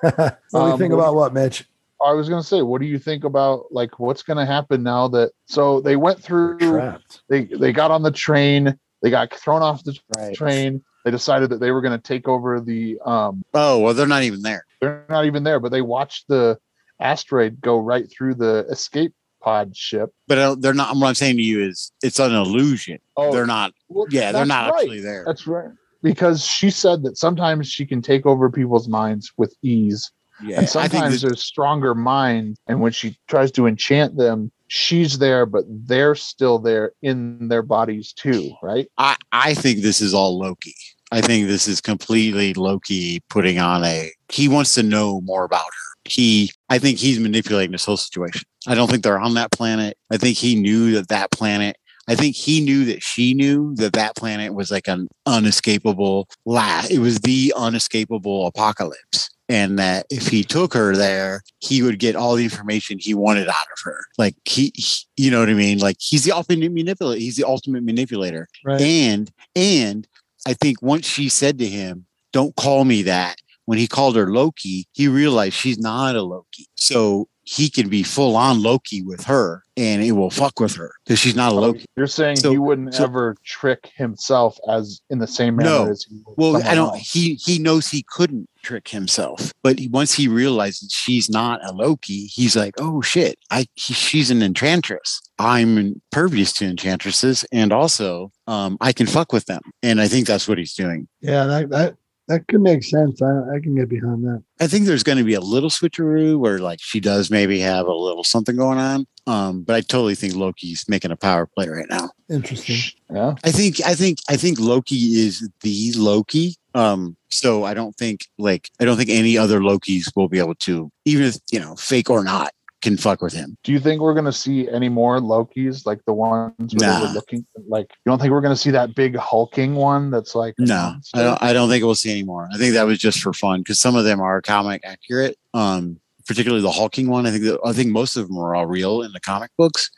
Speaker 8: what do you
Speaker 7: Um,
Speaker 8: think
Speaker 7: what-
Speaker 8: about what, Mitch?
Speaker 7: I was gonna say, what do you think about like what's gonna happen now that so they went
Speaker 8: We're
Speaker 7: through
Speaker 8: trapped.
Speaker 7: they they got on the train, they got thrown off the
Speaker 8: Right.
Speaker 7: train, they decided that they were gonna take over the um
Speaker 5: Oh, well, they're not even there.
Speaker 7: they're not even there, but they watched the asteroid go right through the escape pod ship.
Speaker 5: But I don't- they're not. What I'm saying to you is it's an illusion.
Speaker 7: Oh
Speaker 5: they're not.
Speaker 7: well,
Speaker 5: Yeah, they're
Speaker 7: that's
Speaker 5: not
Speaker 7: right.
Speaker 5: actually there.
Speaker 7: That's right. Because she said that sometimes she can take over people's minds with ease.
Speaker 5: yeah,
Speaker 7: and
Speaker 5: I think
Speaker 7: sometimes
Speaker 5: that-
Speaker 7: there's stronger minds. And when she tries to enchant them, she's there, but they're still there in their bodies too, right?
Speaker 5: I, I think this is all Loki. I think this is completely Loki putting on a. He wants to know more about her. He, I think he's manipulating this whole situation. I don't think they're on that planet. I think he knew that that planet. I think he knew that she knew that that planet was like an unescapable la. It was the unescapable apocalypse. And that if he took her there, he would get all the information he wanted out of her. Like he, he you know what I mean? Like he's the ultimate manipulator. He's the ultimate manipulator
Speaker 8: Right.
Speaker 5: and and i think once she said to him don't call me that when he called her loki he realized she's not a loki so he can be full on loki with her and it will fuck with her because she's not a loki
Speaker 7: You're saying
Speaker 5: So-
Speaker 7: he wouldn't
Speaker 5: so-
Speaker 7: ever trick himself as in the same manner
Speaker 5: No.
Speaker 7: as he would
Speaker 5: well i
Speaker 7: someone
Speaker 5: don't [laughs]
Speaker 7: else.
Speaker 5: he he knows he couldn't trick himself but he- once he realizes she's not a loki he's like oh shit i he, she's an enchantress i'm impervious to enchantresses and also um i can fuck with them and i think that's what he's doing
Speaker 8: Yeah, that that that could make sense. I, I can get behind that.
Speaker 5: I think there's going to be a little switcheroo where like she does maybe have a little something going on. Um, but I totally think Loki's making a power play right now.
Speaker 8: Interesting.
Speaker 7: Yeah.
Speaker 5: I think I think I think Loki is the Loki. Um, so I don't think like I don't think any other Lokis will be able to, even if you know, fake or not, can fuck with him.
Speaker 7: Do you think we're gonna see any more Lokis like the ones where they
Speaker 5: Nah.
Speaker 7: were looking like you don't think we're gonna see that big hulking one that's like um, a
Speaker 5: No,
Speaker 7: monster?
Speaker 5: I don't I don't think we'll see any more. I think that was just for fun because some of them are comic accurate. Um, particularly the hulking one. I think that, I think most of them are all real in the comic books.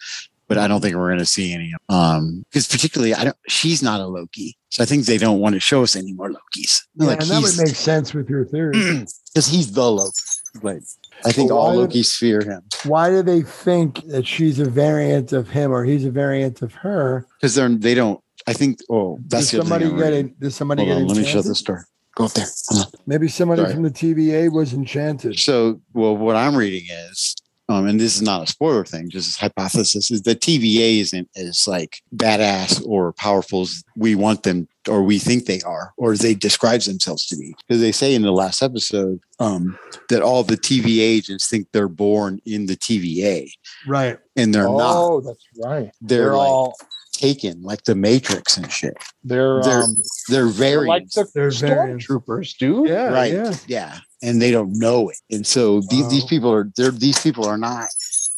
Speaker 5: but I don't think we're going to see any. Um, because particularly, I don't. She's not a Loki, so I think they don't want to show us any more Lokis.
Speaker 8: Yeah,
Speaker 5: like
Speaker 8: and that would
Speaker 5: he's
Speaker 8: make sense with
Speaker 5: [clears throat]
Speaker 8: your theory.
Speaker 5: because he's the Loki. Like I think
Speaker 8: Well,
Speaker 5: all
Speaker 8: why would-
Speaker 5: Lokis fear him
Speaker 8: Why do they think that she's a variant of him or he's a variant of her?
Speaker 5: because they're they don't. I think. Oh, that's
Speaker 8: does
Speaker 5: the
Speaker 8: somebody
Speaker 5: other
Speaker 8: get
Speaker 5: thing.
Speaker 8: in, Does somebody
Speaker 5: Hold on,
Speaker 8: get
Speaker 5: let me shut
Speaker 8: enchanted?
Speaker 5: this door. Go up there. Hold on.
Speaker 8: Maybe somebody
Speaker 5: Sorry.
Speaker 8: from the TVA was enchanted.
Speaker 5: So, well, what I'm reading is. Um, and this is not a spoiler thing, just a hypothesis is that TVA isn't as like badass or powerful as we want them or we think they are or they describe themselves to be. Because they say in the last episode um, that all the TV agents think they're born in the TVA
Speaker 8: Right.
Speaker 5: and they're not.
Speaker 7: Oh, that's right.
Speaker 5: They're,
Speaker 7: They're
Speaker 5: like
Speaker 7: all
Speaker 5: taken like the Matrix and shit.
Speaker 7: they're,
Speaker 5: They're-
Speaker 7: um
Speaker 5: They're
Speaker 7: they're
Speaker 5: very
Speaker 7: like the
Speaker 8: They're variants.
Speaker 7: stormtroopers, dude.
Speaker 8: Yeah.
Speaker 5: Right.
Speaker 8: Yeah.
Speaker 5: yeah, and they don't know it. And so these, these
Speaker 8: Wow.
Speaker 5: people are they're these people are not.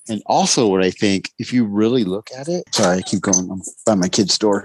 Speaker 5: And also, what I think, if you really look at it, sorry, I keep going. I'm by my kid's door.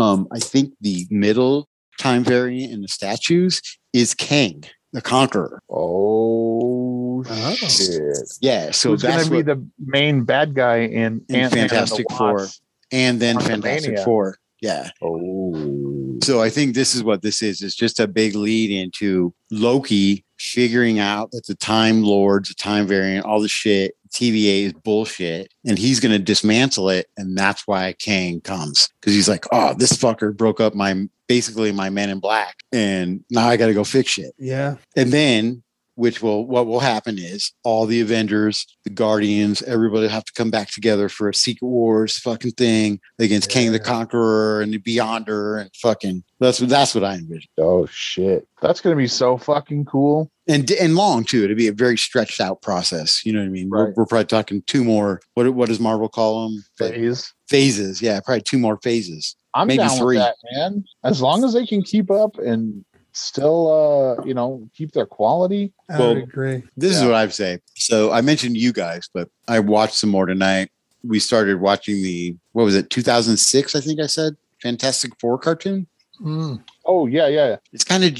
Speaker 5: Um, I think the middle time variant in the statues is Kang, the Conqueror.
Speaker 7: Oh
Speaker 8: Oh.
Speaker 1: Uh-huh.
Speaker 7: shit.
Speaker 5: Yeah, so
Speaker 7: Who's
Speaker 5: that's
Speaker 7: gonna be
Speaker 5: what,
Speaker 7: the main bad guy in,
Speaker 5: In
Speaker 7: Ant-Man and the
Speaker 5: Fantastic Four.
Speaker 7: Wasp?
Speaker 5: and then Fantastic
Speaker 7: Quantumania.
Speaker 5: Four. Yeah.
Speaker 7: Oh.
Speaker 5: So I think this is what this is. It's just a big lead into Loki figuring out that the Time Lords, the Time Variant, all the shit TVA is bullshit and he's going to dismantle it. And that's why Kang comes because he's like, oh, this fucker broke up my basically my men in black and now I got to go fix shit.
Speaker 1: Yeah.
Speaker 5: And then, which will what will happen is all the Avengers, the Guardians, everybody have to come back together for a Secret Wars fucking thing against
Speaker 8: Yeah.
Speaker 5: King the Conqueror and the Beyonder and fucking that's what that's what I envision.
Speaker 7: Oh shit. That's gonna be so fucking cool.
Speaker 5: And and long too. It'd be a very stretched out process. You know what I mean? We're,
Speaker 7: Right.
Speaker 5: we're probably talking two more. What what does Marvel call them?
Speaker 7: Phase.
Speaker 5: phases. Yeah, probably two more phases.
Speaker 7: I'm
Speaker 5: Maybe
Speaker 7: down
Speaker 5: three.
Speaker 7: with that, man. As long as they can keep up and still uh you know keep their quality.
Speaker 1: I
Speaker 5: Well-
Speaker 1: would agree.
Speaker 5: This is
Speaker 7: Yeah.
Speaker 5: what I'd say. So I mentioned you guys, but I watched some more tonight. We started watching the what was it, 2006? I think I said Fantastic Four cartoon.
Speaker 8: Mm.
Speaker 7: Oh yeah, yeah.
Speaker 5: It's kind of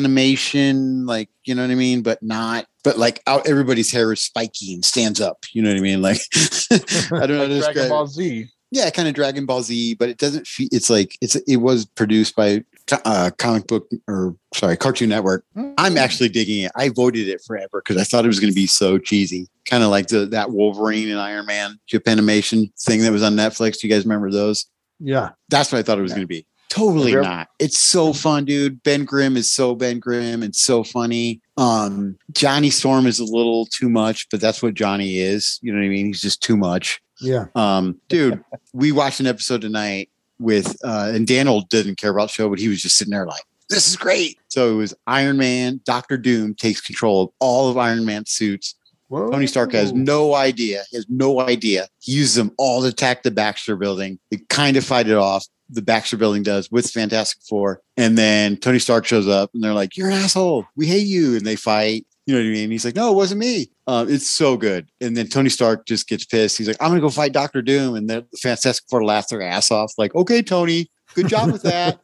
Speaker 5: Japanimation, like you know what I mean, but not. But like out, everybody's hair is spiky and stands up. You know what I mean? Like [laughs] I don't know. how to
Speaker 7: Like
Speaker 5: describe
Speaker 7: Dragon
Speaker 5: it.
Speaker 7: Ball Z.
Speaker 5: yeah, kind of Dragon Ball Z, but it doesn't. Fe- it's like it's it was produced by uh, comic book or sorry, Cartoon Network. I'm actually digging it. I voted it forever because I thought it was going to be so cheesy, kind of like the that Wolverine and Iron Man Japanimation thing that was on Netflix. Do you guys remember those?
Speaker 8: Yeah.
Speaker 5: That's what I thought it was going to be. Totally
Speaker 7: Have you
Speaker 5: not. It's so fun, dude. Ben Grimm is so Ben Grimm and so funny. Um, Johnny Storm is a little too much, but that's what Johnny is. You know what I mean? He's just too much.
Speaker 8: Yeah.
Speaker 5: Um, dude, we watched an episode tonight with uh and Daniel didn't care about the show, but he was just sitting there like, This is great. So it was Iron Man, Doctor Doom takes control of all of Iron Man's suits.
Speaker 8: Whoa.
Speaker 5: Tony Stark has no idea, has no idea. He uses them all to attack the Baxter building. They kind of fight it off. The Baxter building does with Fantastic Four. And then Tony Stark shows up and they're like, You're an asshole. We hate you. And they fight. You know what I mean? He's like, No, it wasn't me. Uh, it's so good. And then Tony Stark just gets pissed. He's like, I'm going to go fight Doctor Doom. And the Fantastic Four laugh their ass off, like, Okay, Tony. Good job with that.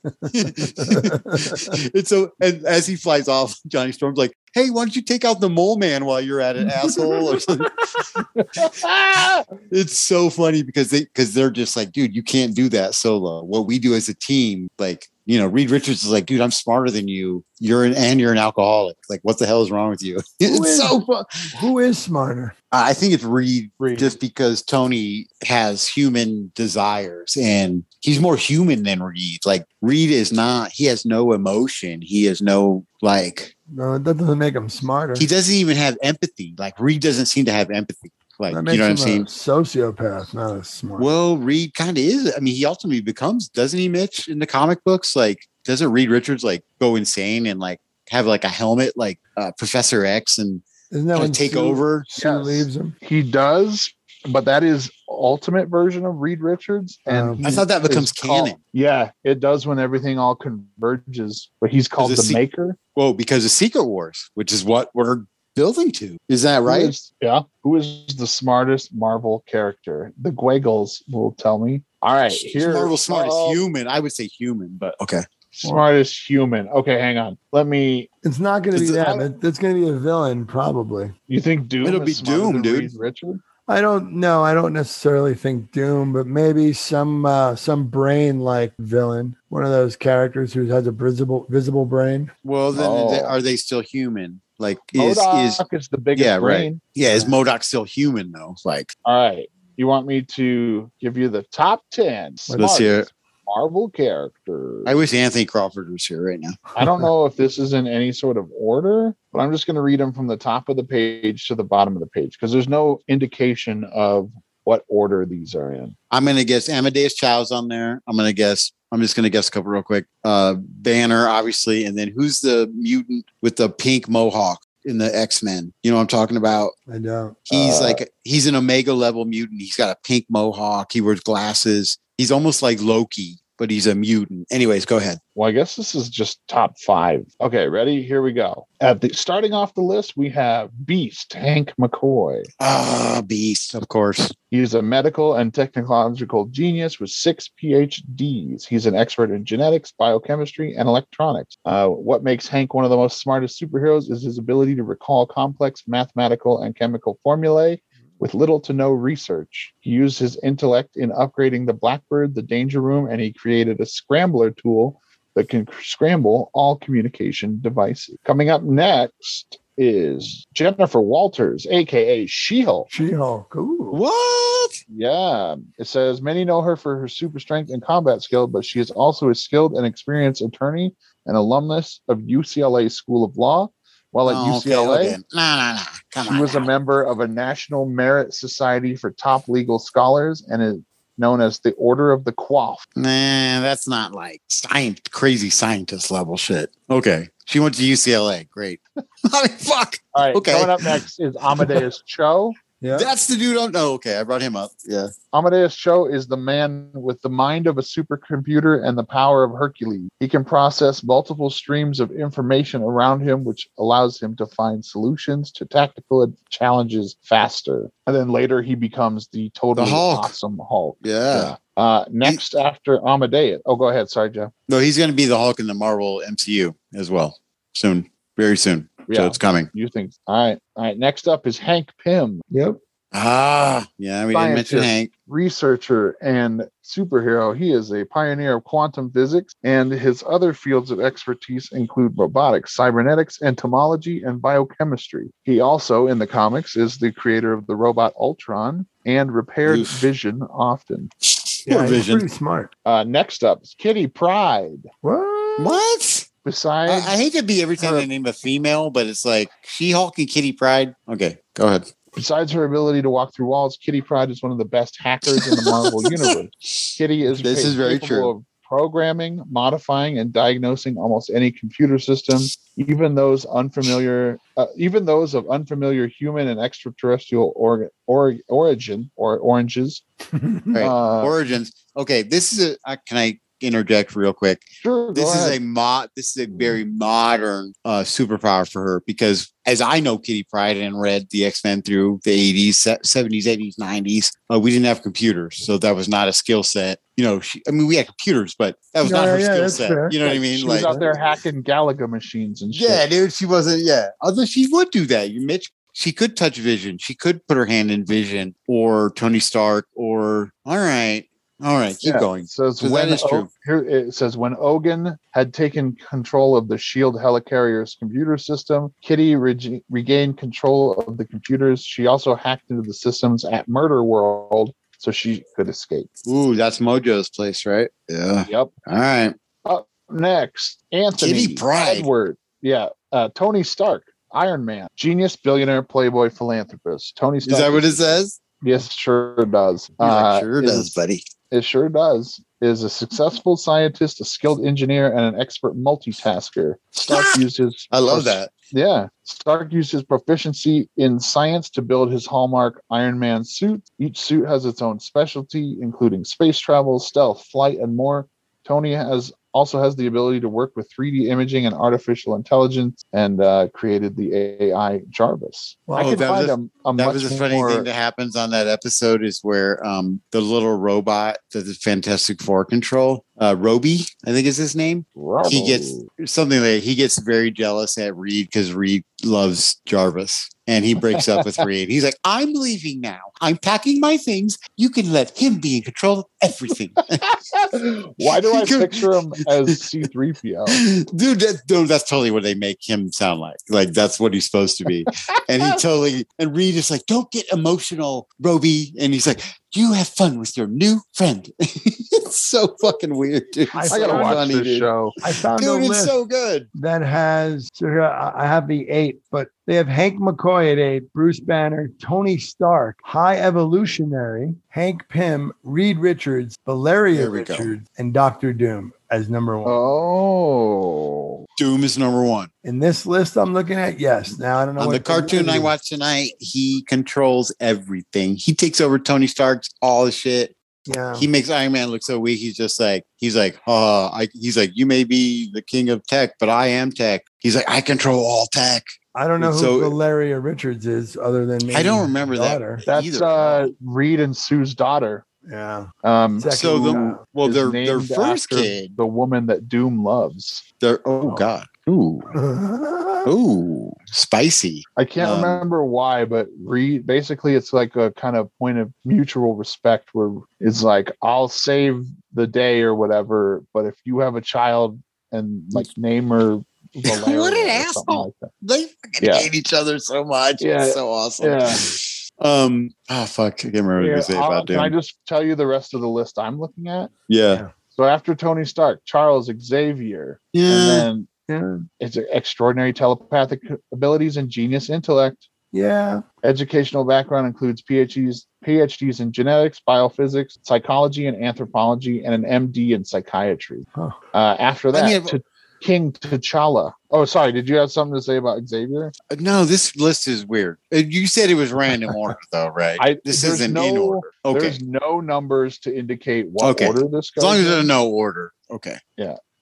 Speaker 5: and so, and as he flies off, Johnny Storm's like, "Hey, why don't you take out the mole man while you're at it, asshole?" Or something
Speaker 7: Ah!
Speaker 5: it's so funny because they because they're just like, dude, you can't do that solo. What we do as a team, like you know, Reed Richards is like, dude, I'm smarter than you. You're an and you're an alcoholic. Like, what the hell is wrong with you? [laughs] It's
Speaker 1: is-
Speaker 5: so fun.
Speaker 1: Who is smarter?
Speaker 5: I think it's Reed
Speaker 7: Reed.
Speaker 5: just because Tony has human desires and he's more human than Reed. Like Reed is not. He has no emotion. He has no like.
Speaker 1: No, that doesn't make him smarter.
Speaker 5: He doesn't even have empathy. Like Reed doesn't seem to have empathy. Like
Speaker 1: that
Speaker 5: you
Speaker 1: makes
Speaker 5: know what
Speaker 1: him
Speaker 5: I'm saying?
Speaker 1: a sociopath, not a smart.
Speaker 5: Well, Reed kind of is. I mean, he ultimately becomes, doesn't he, Mitch, in the comic books? Like, doesn't Reed Richards like go insane and like have like a helmet like uh, Professor X and
Speaker 1: Isn't that
Speaker 5: kinda
Speaker 1: when
Speaker 5: take
Speaker 1: Sue-
Speaker 5: over?
Speaker 1: Sue
Speaker 7: Yes.
Speaker 1: leaves him.
Speaker 7: He does, but that is ultimate version of Reed Richards. And
Speaker 1: Um,
Speaker 5: I
Speaker 7: he
Speaker 5: thought that
Speaker 7: is
Speaker 5: becomes
Speaker 7: called-
Speaker 5: canon.
Speaker 7: yeah, it does when everything all converges. But he's called
Speaker 5: Is
Speaker 7: the
Speaker 5: this se-
Speaker 7: Maker.
Speaker 5: Well, because of Secret Wars, which is what we're building to. Is that
Speaker 7: Who
Speaker 5: right?
Speaker 7: is- yeah. Who is the smartest Marvel character? The Guegles will tell me. All right, here.
Speaker 5: Marvel's smartest
Speaker 7: Oh,
Speaker 5: human. I would say human, but okay.
Speaker 7: smartest human. Okay, hang on. Let me.
Speaker 1: It's not going to be
Speaker 5: It's-
Speaker 1: that. It, it's going to be a villain, probably.
Speaker 7: You think Doom?
Speaker 5: It'll
Speaker 7: is
Speaker 5: be
Speaker 7: smarter
Speaker 5: Doom,
Speaker 7: than
Speaker 5: dude.
Speaker 7: Reed Richards?
Speaker 1: I don't know. I don't necessarily think Doom, but maybe some uh, some brain like villain, one of those characters who has a visible visible brain.
Speaker 5: Well, then
Speaker 7: Oh.
Speaker 5: th- are they still human? Like, is,
Speaker 7: Modok
Speaker 5: is,
Speaker 7: is, the biggest
Speaker 5: Yeah, right.
Speaker 7: brain.
Speaker 5: yeah, is Modoc still human though? Like,
Speaker 7: All right. You want me to give you the top 10
Speaker 5: Let's hear it.
Speaker 7: smartest Marvel characters?
Speaker 5: I wish Anthony Crawford was here right now.
Speaker 7: I don't know if this is in any sort of order, but I'm just going to read them from the top of the page to the bottom of the page because there's no indication of what order these are in.
Speaker 5: I'm gonna guess Amadeus Chow's on there. I'm gonna guess. I'm just gonna guess a couple real quick. Uh, Banner, obviously, and then who's the mutant with the pink mohawk in the X Men? You know what I'm talking about?
Speaker 1: I don't.
Speaker 5: He's
Speaker 7: Uh,
Speaker 5: like he's an Omega level mutant. He's got a pink mohawk. He wears glasses. He's almost like Loki, but he's a mutant. Anyways, go ahead.
Speaker 7: Well, I guess this is just top five. Okay, ready? Here we go. At the starting off the list, we have Beast Hank McCoy.
Speaker 5: Ah, Beast, of course.
Speaker 7: He's a medical and technological genius with six PhDs. He's an expert in genetics, biochemistry, and electronics. Uh, what makes Hank one of the most smartest superheroes is his ability to recall complex mathematical and chemical formulae with little to no research. He used his intellect in upgrading the Blackbird, the Danger Room, and he created a scrambler tool that can scramble all communication devices. Coming up next is Jennifer Walters, aka She Hulk.
Speaker 1: She Hulk. Ooh.
Speaker 5: What?
Speaker 7: Yeah, it says many know her for her super strength and combat skill, but she is also a skilled and experienced attorney and alumnus of UCLA School of Law. While at
Speaker 5: Oh, okay,
Speaker 7: UCLA,
Speaker 5: okay. No, no, no. Come
Speaker 7: she
Speaker 5: on.
Speaker 7: was a
Speaker 5: now.
Speaker 7: member of a National Merit Society for top legal scholars and is known as the Order of the Coif.
Speaker 5: Nah, that's not like science, crazy scientist level shit. Okay. She went to UCLA. Great. [laughs] I mean, fuck.
Speaker 7: All right,
Speaker 5: Okay.
Speaker 7: coming up next is Amadeus Cho.
Speaker 1: Yeah.
Speaker 5: That's the dude on. Oh, okay. I brought him up. Yeah.
Speaker 7: Amadeus Cho is the man with the mind of a supercomputer and the power of Hercules. He can process multiple streams of information around him, which allows him to find solutions to tactical challenges faster. And then later he becomes the totally
Speaker 5: Hulk.
Speaker 7: awesome Hulk.
Speaker 5: Yeah.
Speaker 7: Uh, next after Amadeus. Oh, go ahead. Sorry, Jeff.
Speaker 5: No, he's going to be the Hulk in the Marvel MCU as well soon, very soon. So
Speaker 7: Yeah.
Speaker 5: it's coming.
Speaker 7: You think? All right. All right. Next up is Hank Pym,
Speaker 1: Yep.
Speaker 5: Ah, yeah. We didn't mention
Speaker 7: Scientist.
Speaker 5: Hank.
Speaker 7: researcher and superhero. He is a pioneer of quantum physics, and his other fields of expertise include robotics, cybernetics, entomology, and biochemistry. He also, in the comics, is the creator of the robot Ultron and repaired
Speaker 5: Oof.
Speaker 7: Vision often.
Speaker 1: Yeah,
Speaker 5: Poor
Speaker 1: he's
Speaker 5: Vision.
Speaker 1: pretty smart.
Speaker 7: Uh, next up is Kitty Pride.
Speaker 1: What?
Speaker 5: What?
Speaker 7: Besides,
Speaker 5: I, I hate to be every time
Speaker 7: her-
Speaker 5: they name a female, but it's like She Hulk and Kitty Pride. Okay, go ahead.
Speaker 7: Besides her ability to walk through walls, Kitty Pride is one of the best hackers in the
Speaker 5: [laughs]
Speaker 7: Marvel universe. Kitty is
Speaker 5: This
Speaker 7: ca-
Speaker 5: is very
Speaker 7: capable
Speaker 5: true.
Speaker 7: of programming, modifying, and diagnosing almost any computer system, even those unfamiliar, uh, even those of unfamiliar human and extraterrestrial or, or origin or oranges.
Speaker 5: [laughs] Right.
Speaker 7: Uh,
Speaker 5: Origins. Okay, this is a. Uh, can I interject real quick?
Speaker 7: sure, go
Speaker 5: this is
Speaker 7: ahead.
Speaker 5: a mod this is a very modern uh superpower for her because as i know kitty pride and read the x-men through the 80s se- 70s 80s 90s uh, we didn't have computers so that was not a skill set you know she, i mean we had computers but that was not
Speaker 1: Yeah,
Speaker 5: her
Speaker 1: yeah,
Speaker 5: skill
Speaker 1: that's
Speaker 5: set
Speaker 1: fair.
Speaker 5: you know what i
Speaker 7: she
Speaker 5: mean
Speaker 7: was
Speaker 5: like
Speaker 7: out there hacking Galaga machines and shit.
Speaker 5: yeah dude she wasn't yeah although she would do that you mitch she could touch vision she could put her hand in vision or tony stark or all right all right keep
Speaker 7: Yeah.
Speaker 5: going
Speaker 7: says
Speaker 5: So that
Speaker 7: when
Speaker 5: is
Speaker 7: O-
Speaker 5: true.
Speaker 7: here it says when Ogun had taken control of the Shield E helicarrier's computer system, Kitty reg- regained control of the computers. She also hacked into the systems at Murder World so she could escape.
Speaker 5: ooh that's mojo's place right yeah
Speaker 7: Yep.
Speaker 5: all right
Speaker 7: Next, Anthony
Speaker 5: Kitty Pryde.
Speaker 7: Edward. Yeah, uh, Tony Stark, Iron Man, genius, billionaire, playboy, philanthropist. Tony
Speaker 5: Is
Speaker 7: Stark.
Speaker 5: that what it says?
Speaker 7: Yes, sure does.
Speaker 5: He's like,
Speaker 7: Uh,
Speaker 5: sure
Speaker 7: is-
Speaker 5: does, buddy.
Speaker 7: It sure does. Is a successful scientist, a skilled engineer, and an expert multitasker. [laughs] Stark used his
Speaker 5: I love that.
Speaker 7: yeah. Stark used his proficiency in science to build his hallmark Iron Man suit. Each suit has its own specialty, including space travel, stealth, flight, and more. Tony has also has the ability to work with 3D imaging and artificial intelligence, and uh, created the AI Jarvis.
Speaker 1: Wow.
Speaker 7: I
Speaker 5: Oh,
Speaker 7: could
Speaker 5: that was
Speaker 7: find a, a
Speaker 5: That
Speaker 7: much
Speaker 5: was a funny
Speaker 7: more,
Speaker 5: thing that happens on that episode is where um, the little robot that the Fantastic Four control, uh, Roby, I think is his name. He gets something like he gets very jealous at Reed because Reed loves Jarvis and he breaks up with Reed. He's like, I'm leaving now. I'm packing my things. You can let him be in control of everything. [laughs]
Speaker 7: Why do I
Speaker 5: He could-
Speaker 7: picture him as
Speaker 5: [laughs]
Speaker 7: C3PO?
Speaker 5: dude that, dude that's totally what they make him sound like like that's what he's supposed to be and he totally and reed is like don't get emotional roby and he's like you have fun with your new friend [laughs] it's so fucking weird dude
Speaker 1: I
Speaker 5: It's
Speaker 7: I
Speaker 5: so
Speaker 7: gotta watch
Speaker 5: funny,
Speaker 7: this
Speaker 5: dude.
Speaker 7: show.
Speaker 1: I found a
Speaker 5: dude it's
Speaker 1: list
Speaker 5: so good
Speaker 1: that has. So here, I I have the eight, but they have Hank McCoy at eight, Bruce Banner, Tony Stark, High Evolutionary, Hank Pym, Reed Richards, Valeria
Speaker 5: There we go.
Speaker 1: Richards, and Doctor Doom as number one.
Speaker 7: Oh,
Speaker 5: doom is number one
Speaker 1: In this list I'm looking at, yes. Now I don't know
Speaker 5: on the
Speaker 1: what
Speaker 5: cartoon i
Speaker 1: movie-
Speaker 5: watched tonight he controls everything he takes over tony stark's all the shit
Speaker 1: Yeah.
Speaker 5: he makes Iron Man look so weak. He's just like he's like, uh, I, he's like, you may be the king of tech, but I am tech. He's like, I control all tech.
Speaker 1: I don't know who
Speaker 5: So-
Speaker 1: Valeria Richards is, other than maybe
Speaker 5: I don't
Speaker 1: her
Speaker 5: remember that.
Speaker 1: daughter.
Speaker 7: that's
Speaker 5: Either.
Speaker 7: uh, Reed and Sue's daughter.
Speaker 1: Yeah.
Speaker 7: Um,
Speaker 1: Second,
Speaker 5: So
Speaker 1: uh,
Speaker 5: the well,
Speaker 7: is
Speaker 5: their their
Speaker 7: named
Speaker 5: first
Speaker 7: after
Speaker 5: kid,
Speaker 7: the woman that Doom loves.
Speaker 5: their oh god, ooh [laughs] ooh, spicy.
Speaker 7: I can't
Speaker 5: Um,
Speaker 7: remember why, but Reed basically it's like a kind of point of mutual respect where it's like I'll
Speaker 5: [laughs]
Speaker 7: save the day or whatever, but if you have a child and like name her Valeria
Speaker 5: What an
Speaker 7: or something
Speaker 5: asshole.
Speaker 7: like that.
Speaker 5: They fucking
Speaker 7: Yeah.
Speaker 5: hate each other so much.
Speaker 7: Yeah.
Speaker 5: It's so awesome.
Speaker 7: Yeah.
Speaker 5: Um. Oh fuck! I can't remember
Speaker 7: Here,
Speaker 5: what I was gonna say
Speaker 7: I'll-
Speaker 5: about
Speaker 7: can I
Speaker 5: Doom.
Speaker 7: just tell you the rest of the list I'm looking at?
Speaker 5: Yeah.
Speaker 7: So after Tony Stark, Charles Xavier,
Speaker 5: Yeah.
Speaker 7: and then it's extraordinary telepathic abilities and genius intellect.
Speaker 8: Yeah.
Speaker 7: Educational background includes PhDs, PhDs in genetics, biophysics, psychology, and anthropology, and an MD in psychiatry.
Speaker 8: Huh.
Speaker 7: Uh, after that,
Speaker 5: I mean,
Speaker 7: T- King T'Challa. Oh, sorry. Did you have something to say about Xavier?
Speaker 5: No, this list is weird. Uh, You said it was
Speaker 7: [laughs]
Speaker 5: random order, though, right?
Speaker 7: I-
Speaker 5: this
Speaker 7: there's
Speaker 5: isn't in
Speaker 7: no-
Speaker 5: order. Okay.
Speaker 7: There's
Speaker 5: As
Speaker 7: no numbers to indicate what
Speaker 5: Okay.
Speaker 7: order this goes.
Speaker 5: long as
Speaker 7: in.
Speaker 5: there's no order. Okay.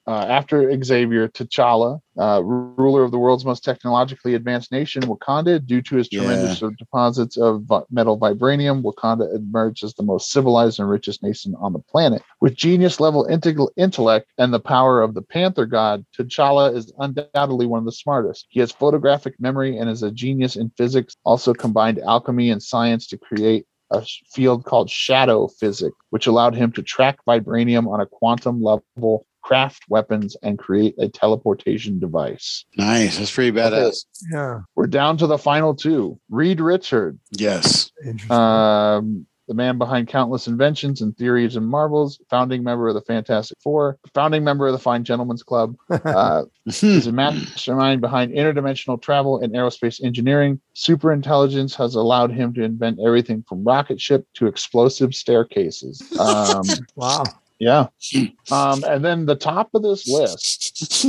Speaker 7: uh, after Xavier, T'Challa, uh, ru- ruler of the world's most technologically advanced nation, Wakanda, due to his tremendous deposits of vi- metal vibranium, Wakanda emerged as the most civilized and richest nation on the planet. With genius level integral intellect and the power of the Panther God, T'Challa is undoubtedly one of the smartest. He has photographic memory and is a genius in physics, also combined alchemy and science to create a sh- field called shadow physics, which allowed him to track vibranium on a quantum level, craft weapons, and create a teleportation device.
Speaker 5: Nice. That's pretty badass.
Speaker 8: Yeah.
Speaker 7: We're down to the final two. Reed Richard,
Speaker 5: [laughs] Yes.
Speaker 8: Interesting.
Speaker 7: um, the man behind countless inventions and theories and marvels, founding member of the Fantastic Four, founding member of the Fine Gentlemen's Club, uh, He's a mastermind behind interdimensional travel and aerospace engineering. Superintelligence has allowed him to invent everything from rocket ship to explosive staircases. Um,
Speaker 8: wow.
Speaker 7: yeah. [laughs] Um, and then the top of this list,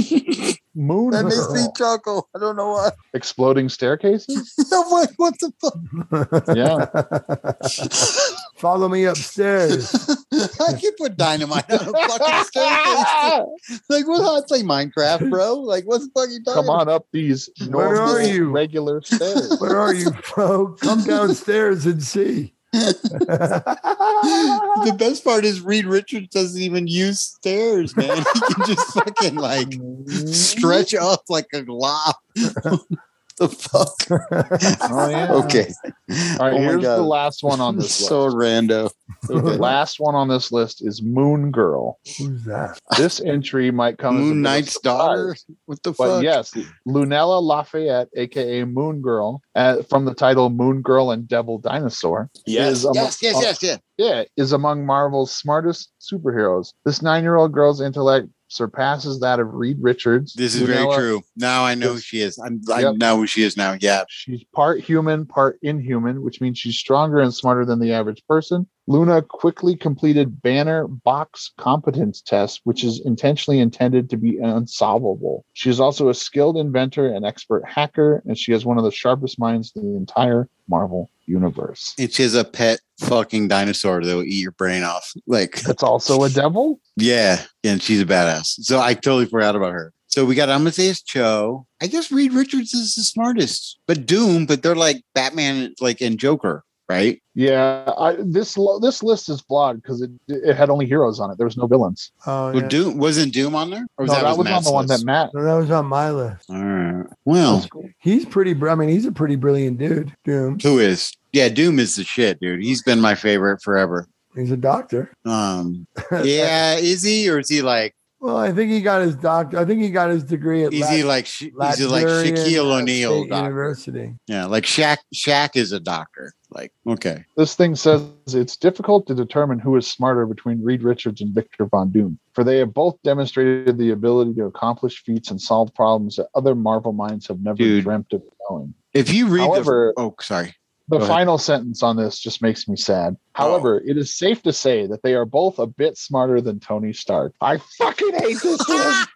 Speaker 7: Moon
Speaker 5: that [laughs] makes me
Speaker 7: Girl,
Speaker 5: chuckle. I don't know why. [laughs]
Speaker 7: exploding staircases.
Speaker 5: I'm like, what the fuck? [laughs]
Speaker 7: Yeah.
Speaker 8: Follow me upstairs.
Speaker 5: I can put dynamite on a fucking
Speaker 7: [laughs]
Speaker 5: staircase. Like, what? It's like Minecraft, bro. Like, what's the fuck you talking
Speaker 7: Come on up
Speaker 5: [laughs]
Speaker 7: these
Speaker 8: Where
Speaker 7: normal,
Speaker 8: are you?
Speaker 7: regular stairs.
Speaker 8: Where are you, bro? Come downstairs
Speaker 5: [laughs]
Speaker 8: and see.
Speaker 5: the best part is Reed Richards doesn't even use stairs, man. He can [laughs] just fucking like
Speaker 7: [laughs]
Speaker 5: stretch up like a glob. [laughs] the [laughs] fuck?
Speaker 7: Oh, yeah.
Speaker 5: Okay.
Speaker 7: All right,
Speaker 5: Oh my
Speaker 7: here's
Speaker 5: God.
Speaker 7: the last one on this
Speaker 5: [laughs] so
Speaker 7: list.
Speaker 5: rando.
Speaker 7: The last one on this list is Moon Girl.
Speaker 8: Who's that?
Speaker 7: This entry might come as a bit of
Speaker 5: Moon
Speaker 7: a
Speaker 5: Knight's daughter?
Speaker 7: surprise.
Speaker 5: What the
Speaker 7: But
Speaker 5: fuck?
Speaker 7: yes, Lunella Lafayette, aka Moon Girl, uh, from the title Moon Girl and Devil Dinosaur,
Speaker 5: Yes,
Speaker 7: is a-
Speaker 5: yes, yes, yes, yes.
Speaker 7: yeah, is among Marvel's smartest superheroes. This nine-year-old girl's intellect surpasses that of Reed Richards.
Speaker 5: This is
Speaker 7: Lunella,
Speaker 5: very true. Now I know who
Speaker 7: Yes.
Speaker 5: she is. I'm, I
Speaker 7: Yep.
Speaker 5: know who she is now. Yeah.
Speaker 7: She's part human, part inhuman, which means she's stronger and smarter than the average person. Luna quickly completed Banner Box competence test, which is intentionally intended to be unsolvable. She is also a skilled inventor and expert hacker, and she has one of the sharpest minds in the entire Marvel universe.
Speaker 5: And she has a pet fucking dinosaur that will eat your brain off. Like,
Speaker 7: That's also a devil.
Speaker 5: Yeah, and she's a badass. So I totally forgot about her. So we got Amadeus Cho. I guess Reed Richards is the smartest, but Doom. But they're like Batman, like and Joker, right?
Speaker 7: Yeah, I, this lo- this list is flawed because it it had only heroes on it. There was no villains.
Speaker 8: Oh,
Speaker 5: Well,
Speaker 8: yeah.
Speaker 5: Doom wasn't Doom on there, or
Speaker 7: No, that, was, on
Speaker 5: Matt's
Speaker 7: the one that
Speaker 5: list?
Speaker 7: Matt.
Speaker 8: No, that was on my list.
Speaker 5: All right. Well,
Speaker 8: He's pretty. br- I mean, he's a pretty brilliant dude. Doom.
Speaker 5: who is? Yeah, Doom is the shit, dude. He's been my favorite forever.
Speaker 8: He's a doctor. [laughs]
Speaker 5: Um,
Speaker 7: Uh,
Speaker 5: yeah, is he or is he like?
Speaker 8: well, I think he got his doctor. I think he got his degree at
Speaker 5: Is he like? Sh-
Speaker 8: Lat-
Speaker 5: is he like
Speaker 8: Latvian, uh,
Speaker 5: Shaquille O'Neal?
Speaker 8: State
Speaker 5: doc-
Speaker 8: University.
Speaker 5: Yeah, like Shaq. Shaq is a doctor. Like, okay.
Speaker 7: This thing says it's difficult to determine who is smarter between Reed Richards and Victor Von Doom, for they have both demonstrated the ability to accomplish feats and solve problems that other Marvel minds have never
Speaker 5: Dude.
Speaker 7: dreamt of knowing.
Speaker 5: If you read
Speaker 7: However-
Speaker 5: the. Oh, sorry.
Speaker 7: The
Speaker 5: Go ahead.
Speaker 7: final sentence on this just makes me sad. However, it is safe to say that they are both a bit smarter than Tony Stark. I fucking hate this list.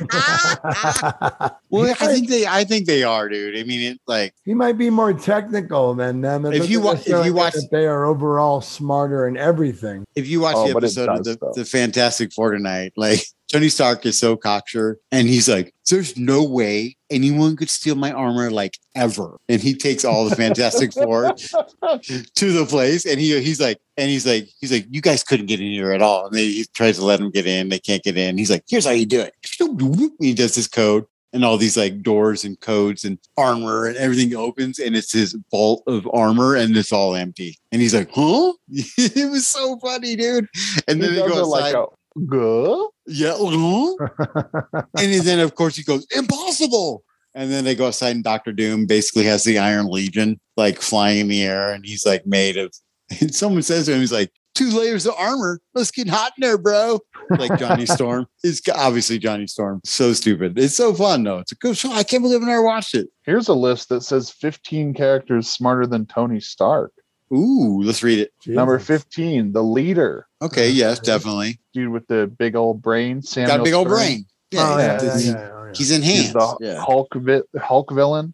Speaker 7: [laughs]
Speaker 5: Well, I think they, I think they are, dude. I mean, it, like,
Speaker 8: he might be more technical than them. It
Speaker 5: If you
Speaker 8: doesn't
Speaker 5: wa- if
Speaker 8: necessarily
Speaker 5: you
Speaker 8: mean
Speaker 5: watch-
Speaker 8: that they are overall smarter in everything.
Speaker 5: if you watch
Speaker 7: Oh,
Speaker 5: the
Speaker 7: but it
Speaker 5: episode
Speaker 7: does,
Speaker 5: of the,
Speaker 7: though.
Speaker 5: the Fantastic Four tonight, [laughs] like Tony Stark is so cocksure, and he's like, "There's no way anyone could steal my armor, like ever." And he takes all the
Speaker 7: [laughs]
Speaker 5: Fantastic Four to the place, and he he's like, and he's like, he's like, "You guys couldn't get in here at all." And they, he tries to let them get in, they can't get in. He's like, "Here's how you do it." [laughs] He does his code. And all these like doors and codes and armor and everything opens and it's his vault of armor and it's all empty. And he's like, huh? [laughs] it was so funny, dude. [laughs] And
Speaker 7: He
Speaker 5: then they
Speaker 7: does
Speaker 5: go
Speaker 7: it
Speaker 5: outside.
Speaker 7: "Oh, like a, "Guh?"
Speaker 5: yeah. uh-huh."
Speaker 8: [laughs]
Speaker 5: and then, of course, he goes, impossible. And then they go outside, and Doctor Doom basically has the Iron Legion like flying in the air, and he's like made of. [laughs] And someone says to him, he's like, two layers of armor. Let's get hot in there, bro. Like
Speaker 8: [laughs]
Speaker 5: Johnny Storm. It's obviously Johnny Storm. So stupid. It's so fun, though. It's a good show. I can't believe I never watched it.
Speaker 7: Here's a list that says 15 characters smarter than Tony Stark.
Speaker 5: Ooh, let's read it.
Speaker 7: Number
Speaker 9: Jesus.
Speaker 7: 15, the leader.
Speaker 5: Okay. Yes, definitely.
Speaker 7: Dude with the big old brain. Samuel
Speaker 5: Got a big old
Speaker 7: Stern.
Speaker 5: brain.
Speaker 8: Oh, yeah, yeah,
Speaker 5: he's-
Speaker 8: yeah, oh, yeah.
Speaker 5: He's in
Speaker 7: He's
Speaker 5: hands.
Speaker 7: the
Speaker 5: Yeah.
Speaker 7: Hulk, vi- Hulk villain.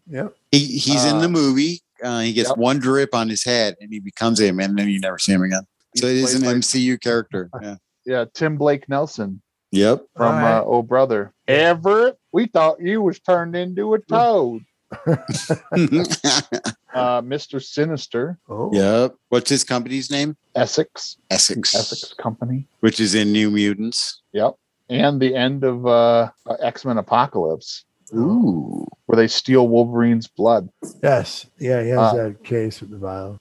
Speaker 5: He, he's in
Speaker 7: Uh,
Speaker 5: the movie. Uh, he gets
Speaker 7: yep.
Speaker 5: one drip on his head and he becomes him, and then you never see him again.
Speaker 7: He's
Speaker 5: So it is
Speaker 7: played
Speaker 5: an
Speaker 7: by-
Speaker 5: MCU
Speaker 7: [laughs]
Speaker 5: character. Yeah.
Speaker 7: Yeah, Tim Blake Nelson
Speaker 5: Yep. [laughs]
Speaker 7: from
Speaker 8: All right.
Speaker 7: uh, Oh Brother. Everett, we thought you was turned into a toad. Uh, Mr. Sinister,
Speaker 8: Oh,
Speaker 5: yep. What's his company's name?
Speaker 7: Essex,
Speaker 5: Essex,
Speaker 7: Essex Company.
Speaker 5: which is in New Mutants.
Speaker 7: Yep. And the end of uh, X Men Apocalypse,
Speaker 5: Ooh.
Speaker 7: where they steal Wolverine's blood.
Speaker 8: Yes. Yeah, he has
Speaker 7: Uh,
Speaker 8: that case with the vial.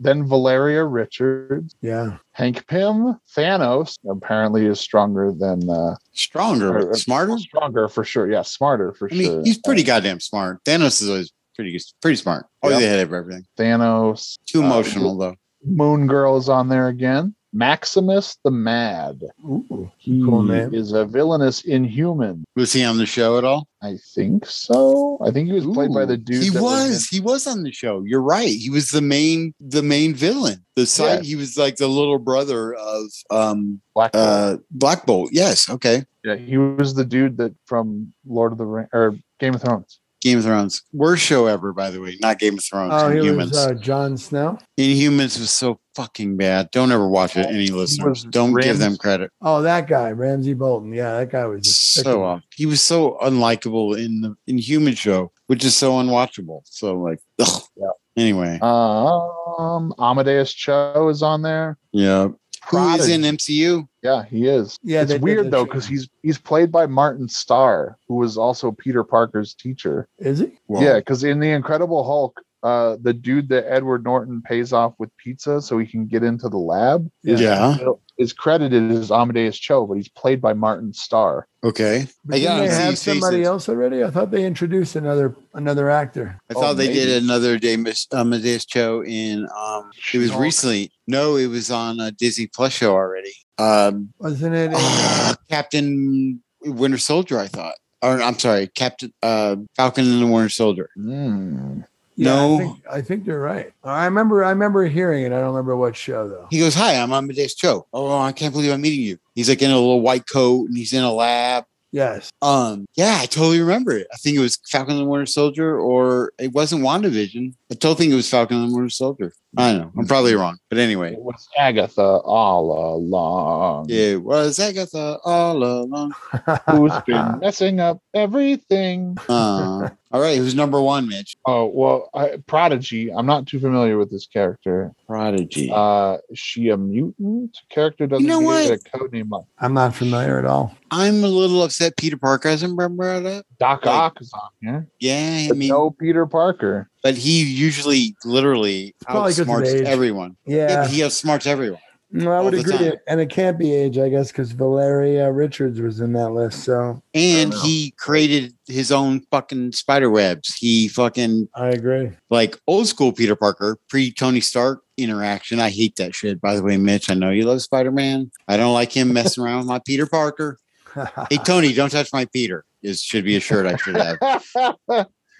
Speaker 7: Then Valeria Richards,
Speaker 8: Yeah.
Speaker 7: Hank Pym, Thanos apparently is stronger than uh,
Speaker 5: Stronger,
Speaker 7: or-
Speaker 5: smarter.
Speaker 7: stronger for sure. Yeah, smarter for
Speaker 5: I mean,
Speaker 7: sure.
Speaker 5: he's pretty goddamn smart. Thanos is always pretty pretty smart. Oh,
Speaker 7: Yep.
Speaker 5: they had everything.
Speaker 7: Thanos,
Speaker 5: Too
Speaker 7: Uh,
Speaker 5: emotional though.
Speaker 7: Moon Girl is on there again. Maximus the Mad.
Speaker 8: Ooh.
Speaker 7: He
Speaker 8: Cool name.
Speaker 7: is a villainous inhuman.
Speaker 5: Was he on the show at all?
Speaker 7: I think so. I think he was played by
Speaker 5: Ooh.
Speaker 7: the dude.
Speaker 5: He
Speaker 7: that
Speaker 5: was.
Speaker 7: was
Speaker 5: he was on the show. You're right. He was the main the main villain. The side
Speaker 7: Yes.
Speaker 5: he was like the little brother of um
Speaker 7: in Black.
Speaker 5: uh Black Bolt. Yes, okay.
Speaker 7: yeah, he was the dude that from Lord of the Ring or Game of Thrones.
Speaker 5: Game of Thrones. Worst show ever, by the way. Not Game of Thrones.
Speaker 8: Oh, he
Speaker 5: Inhumans.
Speaker 8: was uh, John Snow.
Speaker 5: Inhumans was so fucking bad. Don't ever watch it, any listeners. Don't give
Speaker 7: Rams-
Speaker 5: them credit.
Speaker 8: Oh, that guy, Ramsey Bolton. Yeah, that guy was just
Speaker 5: So uh, off. He was so unlikable in the Inhuman show, which is so unwatchable. So like, ugh.
Speaker 7: Yeah.
Speaker 5: Anyway,
Speaker 7: Uh, Um, Amadeus Cho is on there.
Speaker 5: yeah. Who is
Speaker 7: Prodigy.
Speaker 5: in MCU?
Speaker 7: Yeah, he is.
Speaker 8: Yeah, they
Speaker 7: it's
Speaker 8: did the
Speaker 7: weird though
Speaker 8: show.
Speaker 7: because he's he's played by Martin Starr, who was also Peter Parker's teacher.
Speaker 8: Is he?
Speaker 5: Whoa.
Speaker 7: Yeah, because in the Incredible Hulk, uh, the dude that Edward Norton pays off with pizza so he can get into the lab is,
Speaker 5: Yeah.
Speaker 7: is credited as Amadeus Cho, but he's played by Martin Starr.
Speaker 5: Okay.
Speaker 8: But
Speaker 5: I
Speaker 8: didn't
Speaker 5: gotta
Speaker 8: they
Speaker 5: see
Speaker 8: have
Speaker 5: his
Speaker 8: somebody
Speaker 5: faces.
Speaker 8: else already? I thought they introduced another another actor.
Speaker 5: I
Speaker 7: Oh,
Speaker 5: thought they did
Speaker 7: maybe.
Speaker 5: another Damus Amadeus Cho in um it was
Speaker 7: She-Hulk.
Speaker 5: recently. No, it was on a Disney Plus show already. Um
Speaker 8: Wasn't it? in, uh,
Speaker 5: ah, Captain Winter Soldier, I thought. Or I'm sorry, Captain uh Falcon and the Winter Soldier.
Speaker 7: Mm.
Speaker 8: yeah,
Speaker 5: no.
Speaker 8: I think, I think they're right. I remember. I remember hearing it. I don't remember what show though.
Speaker 5: He goes, Hi, I'm Amadeus Cho. Oh, I can't believe I'm meeting you. He's like in a little white coat and he's in a lab.
Speaker 8: Yes.
Speaker 5: Um, yeah, I totally remember it. I think it was Falcon and the Winter Soldier, or it wasn't WandaVision. I totally think it was Falcon and the Winter Soldier. I don't know. I'm probably wrong. But anyway,
Speaker 7: It was Agatha all along.
Speaker 5: it was Agatha all along.
Speaker 7: Who's been messing up everything?
Speaker 5: Uh,
Speaker 8: [laughs]
Speaker 5: all right, who's number one, Mitch?
Speaker 7: Oh, well, I, Prodigy. I'm not too familiar with this character.
Speaker 5: Prodigy.
Speaker 7: Uh, is she a mutant? Character doesn't
Speaker 5: You know what?
Speaker 7: get a code name up.
Speaker 8: I'm not familiar at all.
Speaker 5: I'm a little upset Peter Parker hasn't been brought up.
Speaker 7: Doc
Speaker 5: Like-
Speaker 7: Ock is on here.
Speaker 5: Yeah, I
Speaker 7: But
Speaker 5: mean,
Speaker 7: no Peter Parker. [laughs]
Speaker 5: but he usually literally
Speaker 8: probably 'cause of
Speaker 5: outsmarts
Speaker 8: age.
Speaker 5: everyone. Yeah,
Speaker 8: Yeah,
Speaker 5: but he outsmarts everyone.
Speaker 8: no, I
Speaker 5: all
Speaker 8: would
Speaker 5: the
Speaker 8: agree.
Speaker 5: time.
Speaker 8: And it can't be age, I guess, because Valeria Richards was in that list. So
Speaker 5: And
Speaker 8: I know.
Speaker 5: he created his own fucking spider webs. He fucking [laughs]
Speaker 8: I agree.
Speaker 5: like old school Peter Parker, pre Tony Stark interaction. I hate that shit. By the way, Mitch, I know you love Spider Man. I don't like him messing around with my Peter Parker. Hey Tony, don't touch my Peter. Is should be a shirt I should have.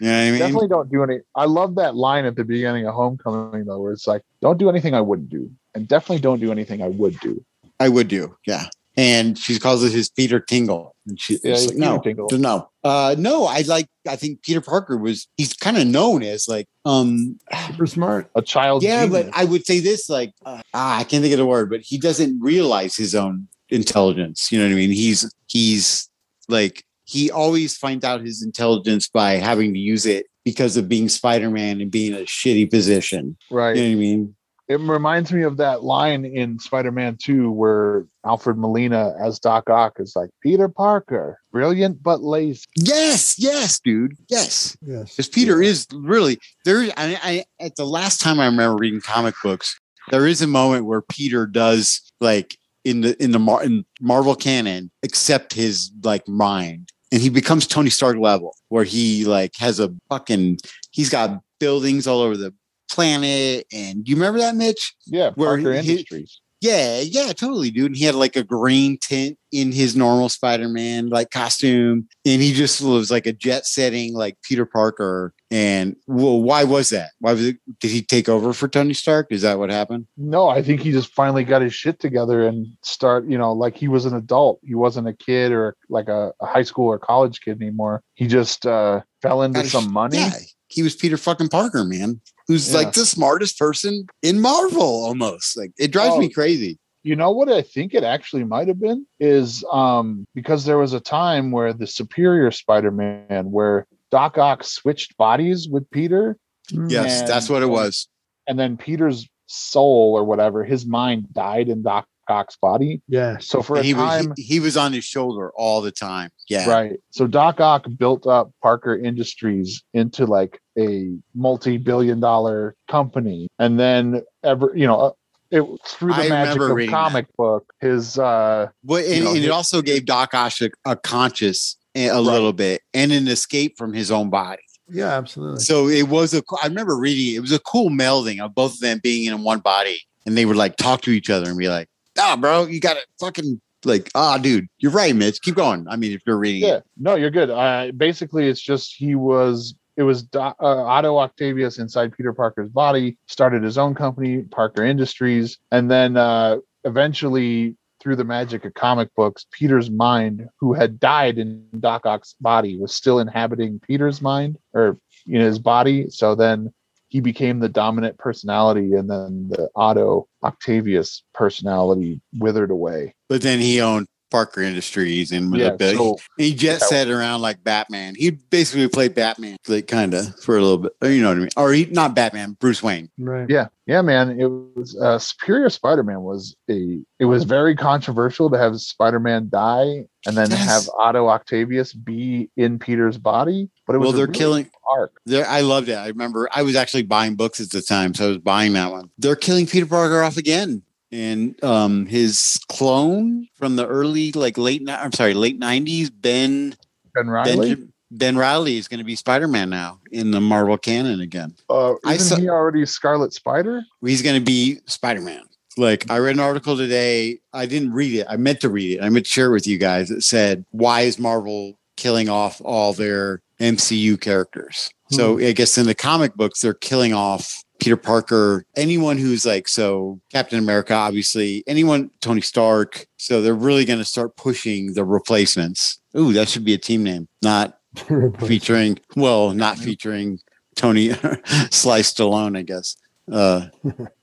Speaker 5: You know what I mean?
Speaker 7: Definitely don't do any. I love that line at the beginning of Homecoming though, where it's like, "Don't do anything I wouldn't do," and definitely don't do anything I would do.
Speaker 5: I would do. Yeah. And she calls it his Peter Tingle. And she,
Speaker 7: Yeah,
Speaker 5: she's
Speaker 7: his
Speaker 5: like, no,
Speaker 7: Peter Tingle."
Speaker 5: no, uh, no. I like, I think Peter Parker was, he's kind of known as like, um,
Speaker 8: Super smart.
Speaker 7: A child.
Speaker 5: yeah,
Speaker 7: genius.
Speaker 5: but I would say this, like, uh, ah, I can't think of the word, but he doesn't realize his own intelligence. You know what I mean? He's, he's like, he always finds out his intelligence by having to use it because of being Spider-Man and being in a shitty position.
Speaker 7: right.
Speaker 5: You know what I mean?
Speaker 7: It reminds me of that line in Spider-Man Two where Alfred Molina as Doc Ock is like, "Peter Parker, brilliant but lazy."
Speaker 5: Yes. Yes, dude. Yes.
Speaker 8: Yes.
Speaker 5: because Peter is really there. I, I at the last time I remember reading comic books, there is a moment where Peter does like in the in the Mar- in Marvel canon except his like mind. And he becomes Tony Stark level, where he like has a fucking he's got buildings all over the planet. And you remember that, Mitch?
Speaker 7: Yeah,
Speaker 5: Where
Speaker 7: Parker
Speaker 5: he- he-
Speaker 7: Industries.
Speaker 5: Yeah, yeah, totally, dude. And he had like a green tint in his normal Spider-Man like costume, and he just was like a jet setting like Peter Parker. And well, why was that? Why was it? Did he take over for Tony Stark? Is that what happened?
Speaker 7: No, I think he just finally got his shit together and start, you know, like he was an adult. He wasn't a kid or like a, a high school or college kid anymore. He just uh, fell into
Speaker 5: Got his-
Speaker 7: some money.
Speaker 5: Yeah, he was Peter fucking Parker, man. Who's
Speaker 7: Yeah.
Speaker 5: like the smartest person in Marvel almost. Like it drives
Speaker 7: Oh.
Speaker 5: me crazy.
Speaker 7: You know what I think it actually might have been is um because there was a time where the superior Spider-Man where Doc Ock switched bodies with Peter
Speaker 5: Yes,
Speaker 7: Man.
Speaker 5: that's what it was.
Speaker 7: and then Peter's soul or whatever, his mind died in Doc Ock's body.
Speaker 8: Yes.
Speaker 7: So for
Speaker 5: And
Speaker 7: a
Speaker 5: he, was,
Speaker 7: time
Speaker 5: he, he was on his shoulder all the time. Yeah.
Speaker 7: Right. So Doc Ock built up Parker Industries into like a multi-billion dollar company. And then ever, you know, uh, it through the
Speaker 5: I
Speaker 7: magic
Speaker 5: remember
Speaker 7: of
Speaker 5: reading
Speaker 7: comic book, his uh
Speaker 5: Well, and,
Speaker 7: You know,
Speaker 5: and it
Speaker 7: he-
Speaker 5: also gave Doc Osh a, a conscious eh, a a little bit and an escape from his own body.
Speaker 10: Yeah, absolutely.
Speaker 5: So it was a. co- I remember reading. It was a cool melding of both of them being in one body, and they would like talk to each other and be like, "Ah, bro, you got to fucking like, ah, dude, you're right, Mitch. Keep going. I mean, if you're reading,
Speaker 7: yeah,
Speaker 5: it.
Speaker 7: no, you're good. Uh basically it's just he was it was Do- uh, Otto Octavius inside Peter Parker's body, started his own company, Parker Industries, and then uh eventually through the magic of comic books, Peter's mind, who had died in Doc Ock's body, was still inhabiting Peter's mind or in his body. So then he became the dominant personality, and then the Otto Octavius personality withered away.
Speaker 5: But then he owned Parker Industries and was a big,
Speaker 7: so-
Speaker 5: he jet
Speaker 7: Yeah.
Speaker 5: set around like Batman. He basically played Batman, like kind of for a little bit. You know what I mean? Or he, not Batman, Bruce Wayne.
Speaker 8: Right.
Speaker 7: Yeah, yeah, man. It was uh, Superior Spider-Man was a. It was very controversial to have Spider-Man die and then
Speaker 5: Yes.
Speaker 7: have Otto Octavius be in Peter's body. But it was
Speaker 5: Well,
Speaker 7: a
Speaker 5: they're
Speaker 7: really
Speaker 5: killing.
Speaker 7: cool arc.
Speaker 5: There, I loved it. I remember I was actually buying books at the time, so I was buying that one. They're killing Peter Parker off again, and um, his clone from the early, like late, ni- I'm sorry, late '90s, Ben
Speaker 7: Ben Riley.
Speaker 5: Ben, ben Riley is going to be Spider-Man now in the Marvel canon again.
Speaker 7: Uh,
Speaker 5: I
Speaker 7: isn't
Speaker 5: saw-
Speaker 7: he already Scarlet Spider?
Speaker 5: He's going to be Spider-Man. Like I read an article today. I didn't read it. I meant to read it. I meant to share it with you guys. It said, "Why is Marvel killing off all their MCU characters?" So I guess in the comic books, they're killing off Peter Parker, anyone who's like so Captain America, obviously, anyone Tony Stark. So they're really going to start pushing the replacements. Ooh, that should be a team name, not
Speaker 8: [laughs]
Speaker 5: featuring. Well, not featuring Tony [laughs] Sliced Stallone, I guess. Uh,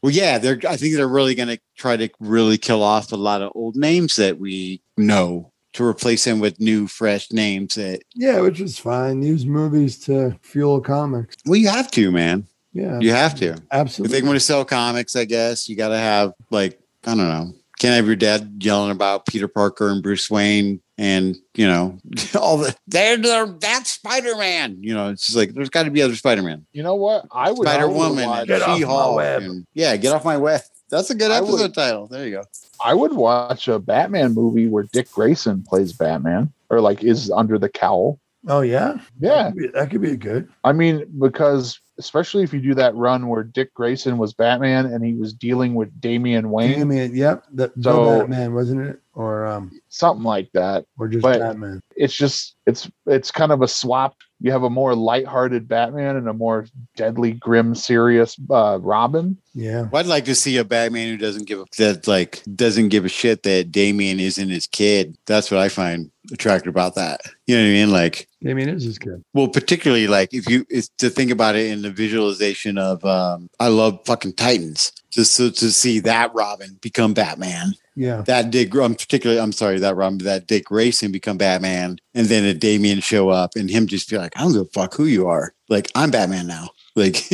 Speaker 5: well, yeah, they're. I think they're really going to try to really kill off a lot of old names that we know to replace them with new, fresh names. That
Speaker 8: Yeah, which is fine. Use movies to fuel comics.
Speaker 5: well, you have to, man.
Speaker 8: Yeah,
Speaker 5: You have to. If
Speaker 8: absolutely.
Speaker 5: they want to sell comics, I guess you got to have like I don't know. Can't have your dad yelling about Peter Parker and Bruce Wayne, and you know [laughs] all the they're, they're that's Spider Man. You know, it's just like there's got to be other Spider Man,
Speaker 7: You know what? I would. I
Speaker 5: Spider
Speaker 7: would
Speaker 5: Woman,
Speaker 7: watch-
Speaker 10: Get off my
Speaker 5: She Hulk.
Speaker 10: web.
Speaker 5: Yeah, get off my web. That's a good
Speaker 7: I would-
Speaker 5: episode title. There you go.
Speaker 7: I would watch a Batman movie where Dick Grayson plays Batman or like is under the cowl.
Speaker 10: Oh yeah,
Speaker 7: Yeah,
Speaker 10: That could be, that could be good.
Speaker 7: I mean, because especially if you do that run where Dick Grayson was Batman and he was dealing with Damian Wayne,
Speaker 8: Damien, yep, the, the
Speaker 7: So-
Speaker 8: Batman wasn't it, or um,
Speaker 7: something like that.
Speaker 8: or just
Speaker 7: But-
Speaker 8: Batman?
Speaker 7: It's just it's it's kind of a swap. You have a more lighthearted Batman and a more deadly, grim, serious uh, Robin.
Speaker 8: Yeah,
Speaker 5: Well, I'd like to see a Batman who doesn't give a that like doesn't give a shit that Damien isn't his kid. That's what I find attractive about that. You know what I mean? Like,
Speaker 8: Damien is his kid.
Speaker 5: well, particularly like if you is to think about it in the visualization of um, I love fucking Titans. Just so to see that Robin become Batman,
Speaker 8: Yeah,
Speaker 5: that Dick, I'm particularly, I'm sorry, that Robin, that Dick Grayson become Batman, and then a Damien show up and him just be like, I don't give a fuck who you are. Like, I'm Batman now. Like, [laughs]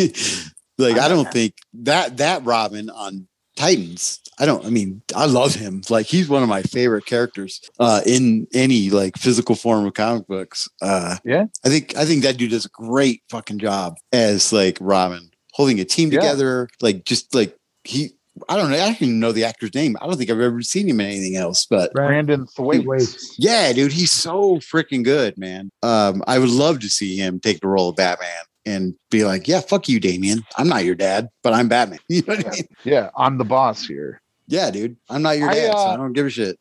Speaker 5: like I don't think that, that Robin on Titans, I don't, I mean, I love him. Like, he's one of my favorite characters uh, in any like physical form of comic books. Uh,
Speaker 7: Yeah.
Speaker 5: I think, I think that dude does a great fucking job as like Robin holding a team
Speaker 7: Yeah.
Speaker 5: together, like, just like, he I don't know. I didn't know the actor's name. I don't think I've ever seen him in anything else, but
Speaker 7: Brandon Thwaites.
Speaker 8: Thwaites.
Speaker 5: yeah, dude, he's so freaking good, man. Um, I would love to see him take the role of Batman and be like, yeah, fuck you, Damien. I'm not your dad, but I'm Batman. [laughs] You know what I mean?
Speaker 7: Yeah, I'm the boss here.
Speaker 5: Yeah, dude, I'm not your
Speaker 7: I,
Speaker 5: dad, so
Speaker 7: uh,
Speaker 5: I don't give a shit.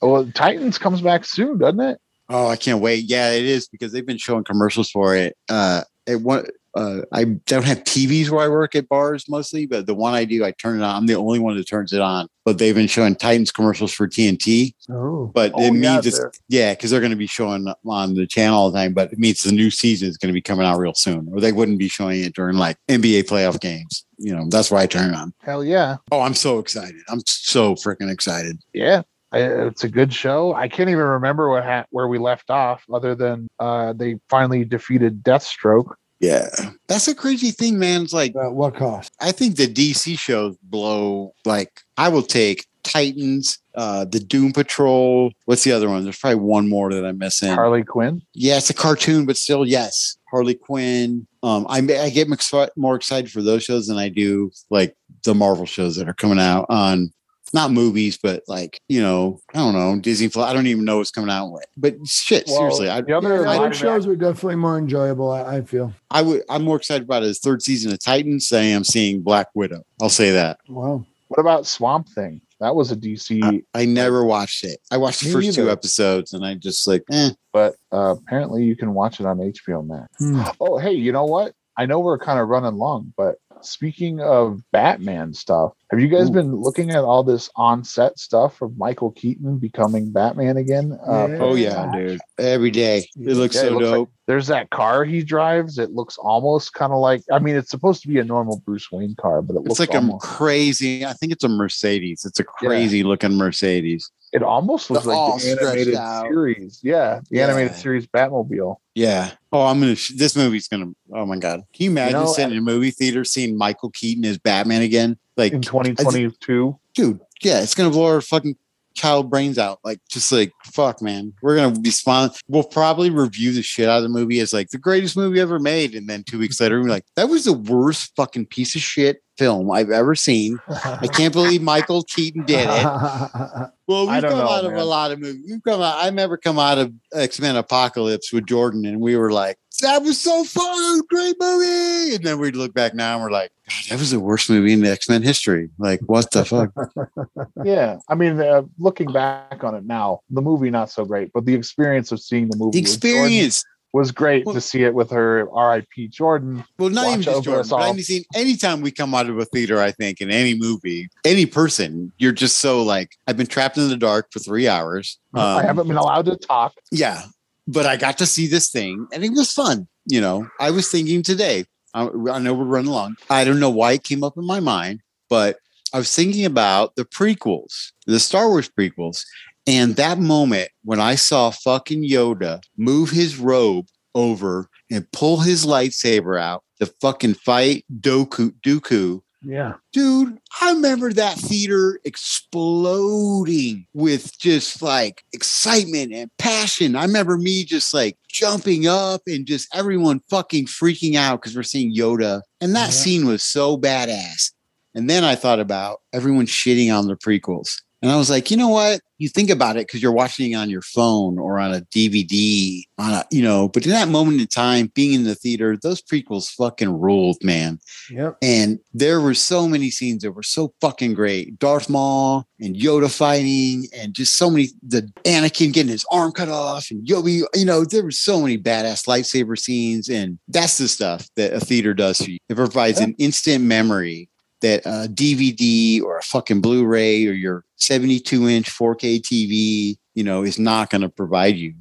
Speaker 7: well, Titans comes back soon, doesn't it?
Speaker 5: Oh, I can't wait. Yeah, it is because they've been showing commercials for it. Uh, it one, uh, I don't have TVs where I work at bars mostly, but the one I do, I turn it on. I'm the only one that turns it on. But they've been showing Titans commercials for TNT.
Speaker 8: Oh,
Speaker 5: But
Speaker 7: Oh,
Speaker 5: it means
Speaker 7: yeah,
Speaker 5: it's
Speaker 7: they're-
Speaker 5: yeah, because they're going to be showing on the channel all the time. But it means the new season is going to be coming out real soon, or they wouldn't be showing it during like NBA playoff games. You know, that's why I turn it on.
Speaker 7: Hell yeah.
Speaker 5: Oh, I'm so excited! I'm so freaking excited.
Speaker 7: Yeah. I, it's a good show. I can't even remember what ha- where we left off, other than uh, they finally defeated Deathstroke.
Speaker 5: Yeah, that's a crazy thing, man. It's like.
Speaker 11: At what cost?
Speaker 5: I think the DC shows blow. Like I will take Titans, uh, the Doom Patrol. What's the other one? There's probably one more that I'm missing.
Speaker 7: Harley Quinn.
Speaker 5: Yeah, it's a cartoon, but still, yes, Harley Quinn. Um, I I get mix- more excited for those shows than I do like the Marvel shows that are coming out on not movies, but like you know, I don't know Disney. Plus. I don't even know what's coming out. With. But shit,
Speaker 7: Well,
Speaker 5: seriously, I,
Speaker 7: the other
Speaker 8: yeah,
Speaker 5: I-
Speaker 8: their
Speaker 7: live
Speaker 8: shows are definitely more enjoyable. I, I feel.
Speaker 5: I would. I'm more excited about his third season of Titans than I am seeing Black Widow. I'll say that.
Speaker 8: Wow.
Speaker 7: What about Swamp Thing? That was a DC,
Speaker 5: I, I never watched it. I watched the
Speaker 7: Me
Speaker 5: first two
Speaker 7: neither.
Speaker 5: episodes and I just like, eh.
Speaker 7: but uh, apparently you can watch it on HBO Max.
Speaker 8: Hmm.
Speaker 7: Oh, hey, you know what? I know we're kind of running long, but speaking of Batman stuff, have you guys been looking at all this on-set stuff of Michael Keaton becoming Batman again?
Speaker 8: Yeah.
Speaker 5: Oh yeah, dude. Every day. It looks
Speaker 7: Yeah, it
Speaker 5: so
Speaker 7: looks like-
Speaker 5: dope.
Speaker 7: there's that car he drives. It looks almost kind of like I mean, it's supposed to be a normal Bruce Wayne car, but it
Speaker 5: it's
Speaker 7: looks
Speaker 5: like a
Speaker 7: almost,
Speaker 5: crazy. I think it's a Mercedes. It's a crazy looking Mercedes.
Speaker 7: it almost looks
Speaker 5: They're all
Speaker 7: like the
Speaker 5: stretched
Speaker 7: animated
Speaker 5: out.
Speaker 7: series. Yeah, the
Speaker 5: Yeah.
Speaker 7: animated series Batmobile.
Speaker 5: Yeah. Oh, I'm gonna. Sh- this movie's gonna. Oh my god. Can you imagine
Speaker 7: know,
Speaker 5: sitting in a movie theater seeing Michael Keaton as Batman again? Like,
Speaker 7: In 2022,
Speaker 5: dude. Yeah, it's gonna blow our fucking child brains out. Like, just like fuck, man. We're gonna be spawn. We'll probably review the shit out of the movie as like the greatest movie ever made, and then two weeks later, we're like, that was the worst fucking piece of shit film I've ever
Speaker 7: [laughs]
Speaker 5: seen. I can't believe Michael Keaton did it. Well,
Speaker 7: I
Speaker 5: we've
Speaker 7: don't
Speaker 5: come
Speaker 7: know,
Speaker 5: out of
Speaker 7: man.
Speaker 5: a lot of movies. We've come out. I remember come out of X Men Apocalypse with Jordan, and we were like, "That was so fun, great movie." And then we look back now, and we're like, God, "That was the worst movie in X Men history." Like, what the
Speaker 7: [laughs]
Speaker 5: fuck?
Speaker 7: yeah. I mean, uh, looking back on it now, the movie not so great, but the experience of seeing the movie
Speaker 5: the
Speaker 7: with Jordan
Speaker 5: experience.
Speaker 7: was great
Speaker 5: Well-
Speaker 7: to see it with her. R.I.P. Jordan.
Speaker 5: Well, not
Speaker 7: Watch
Speaker 5: even
Speaker 7: over
Speaker 5: just Jordan,
Speaker 7: us
Speaker 5: but I
Speaker 7: all.
Speaker 5: haven't seen anytime we come out of a theater, I think, in any movie, any person, you're just so like, I've been trapped in the dark for three hours.
Speaker 7: I
Speaker 5: Um,
Speaker 7: haven't been allowed to talk.
Speaker 5: yeah but i got to see this thing and it was fun you know i was thinking today i, I know we're running long i don't know why it came up in my mind but i was thinking about the prequels the star wars prequels and that moment when i saw fucking yoda move his robe over and pull his lightsaber out to fucking fight Doku Dooku
Speaker 8: Yeah.
Speaker 5: dude, I remember that theater exploding with just like excitement and passion. I remember me just like jumping up and just everyone fucking freaking out because we're seeing Yoda. And that
Speaker 8: Yeah.
Speaker 5: scene was so badass. And then I thought about everyone shitting on the prequels. And I was like, you know what? You think about it because you're watching it on your phone or on a DVD, on a, you know, but in that moment in time, being in the theater, those prequels fucking ruled, man.
Speaker 8: [laughs] Yep.
Speaker 5: And there were so many scenes that were so fucking great. Darth Maul and Yoda fighting, and just so many the Anakin getting his arm cut off, and Yobi, you know, there were so many badass lightsaber scenes. And that's the stuff that a theater does for you. It provides an instant memory that a DVD or a fucking Blu-ray or your 72-inch 4K TV, you know, is not going to provide you,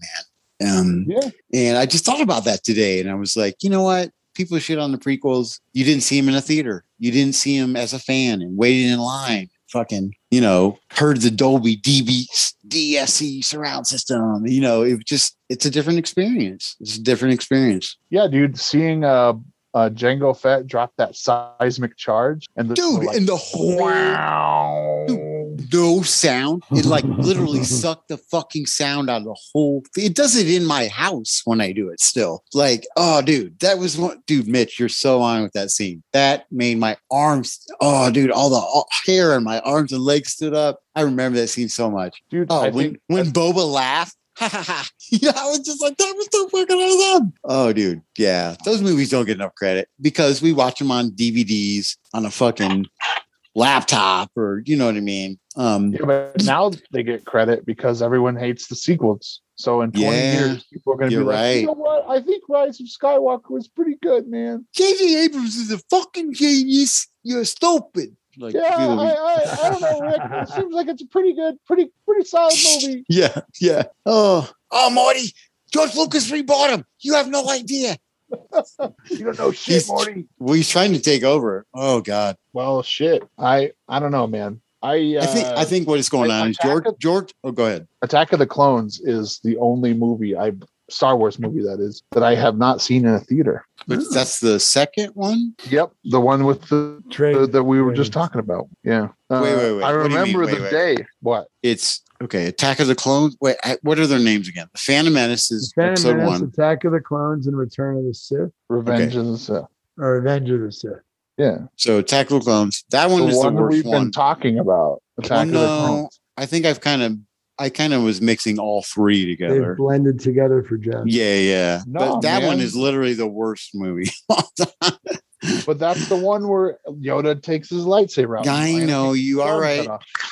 Speaker 5: man. Um,
Speaker 7: Yeah.
Speaker 5: And I just thought about that today, and I was like, you know what? People shit on the prequels. You didn't see him in a theater. You didn't see him as a fan and waited in line. Fucking, you know, heard the Dolby DB DSE E surround system. You know, it just it's a different experience. It's a different experience.
Speaker 7: Yeah, dude, seeing uh, uh Django Fett drop that seismic charge and the
Speaker 5: Dude,
Speaker 7: like,
Speaker 5: and the whole
Speaker 7: wow.
Speaker 5: no sound. It like
Speaker 7: [laughs]
Speaker 5: literally sucked the fucking sound out of the whole. It does it in my house when I do it. Still, like, oh, dude, that was one. Dude, Mitch, you're so on with that scene. That made my arms. Oh, dude, all the all, hair on my arms and legs stood up. I remember that scene so much.
Speaker 7: Dude,
Speaker 5: Oh,
Speaker 7: I
Speaker 5: when
Speaker 7: think
Speaker 5: when Boba laughed. [laughs] yeah, I was just like, that was so fucking awesome. Oh, dude. Yeah. Those movies don't get enough credit because we watch them on DVDs on a fucking laptop or you know what I mean. Um
Speaker 7: Yeah, but now they get credit because everyone hates the sequels. So in 20
Speaker 5: Yeah,
Speaker 7: years, people are going to be
Speaker 5: you're
Speaker 7: like,
Speaker 5: right.
Speaker 7: you know what? I think Rise of Skywalker was pretty good, man.
Speaker 5: JJ Abrams is a fucking genius. You're stupid. Like
Speaker 7: Yeah, I,
Speaker 5: dude,
Speaker 7: I, I don't know, Rick. It seems like it's a pretty good, pretty,
Speaker 5: [laughs]
Speaker 7: pretty solid movie.
Speaker 5: [laughs] yeah, yeah. Oh, oh Marty, George Lucas rebought him. You have no idea.
Speaker 7: You don't know shit,
Speaker 5: He's-
Speaker 7: Morty.
Speaker 5: Well, he's trying to take over. Oh God.
Speaker 7: Well, shit. I, I don't know, man. I, uh,
Speaker 5: I think I think what is going
Speaker 7: like
Speaker 5: on is George
Speaker 7: Attack
Speaker 5: George oh go ahead.
Speaker 7: Attack of the Clones is the only movie I Star Wars movie that is that I have not seen in a theater.
Speaker 5: But that's the second one?
Speaker 7: Yep, the one with the
Speaker 12: Trade.
Speaker 7: that that we were
Speaker 12: Wait.
Speaker 7: just talking about. Yeah. Uh,
Speaker 5: Wait, wait, wait.
Speaker 7: I
Speaker 5: What do you mean?
Speaker 7: remember
Speaker 5: Wait,
Speaker 7: the
Speaker 5: wait.
Speaker 7: day. What?
Speaker 5: it's okay. Attack of the Clones. Wait, I- what are their names again? The Phantom Menace is
Speaker 8: Phantom
Speaker 5: episode
Speaker 8: Menace,
Speaker 5: one.
Speaker 8: Attack of the Clones, and Return of the Sith,
Speaker 7: Revenge of the Sith.
Speaker 8: or Revenge of the Sith.
Speaker 7: Yeah.
Speaker 5: So Attack of the Clones. That one
Speaker 7: The
Speaker 5: is the
Speaker 7: one that
Speaker 5: worst
Speaker 7: we've
Speaker 5: one.
Speaker 7: been talking about. Attack
Speaker 5: Well,
Speaker 7: of
Speaker 5: no.
Speaker 7: the Clones.
Speaker 5: I think I've kind of, I kind of was mixing all three
Speaker 8: They've
Speaker 5: together.
Speaker 8: blended together for Jeff.
Speaker 5: Yeah, yeah.
Speaker 7: No,
Speaker 5: but that
Speaker 7: man.
Speaker 5: one is literally the worst movie.
Speaker 7: [laughs] But that's the one where Yoda takes his lightsaber out.
Speaker 5: I know you are right.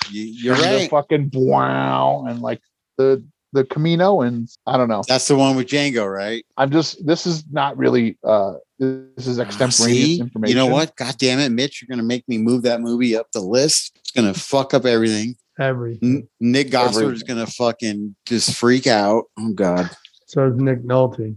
Speaker 5: You, you're
Speaker 7: You're right.
Speaker 5: right.
Speaker 7: Fucking wow. And like the the Camino and I don't know.
Speaker 5: That's the one with Django, right?
Speaker 7: I'm just this is not really uh this is extemporaneous
Speaker 5: Ah, See?
Speaker 7: information.
Speaker 5: You know what? God damn it, Mitch! You're gonna make me move that movie up the list. It's gonna fuck up everything.
Speaker 8: Every
Speaker 5: N- Nick Gossard is
Speaker 7: Everything.
Speaker 5: gonna fucking just freak out. Oh God.
Speaker 8: so is Nick Nolte.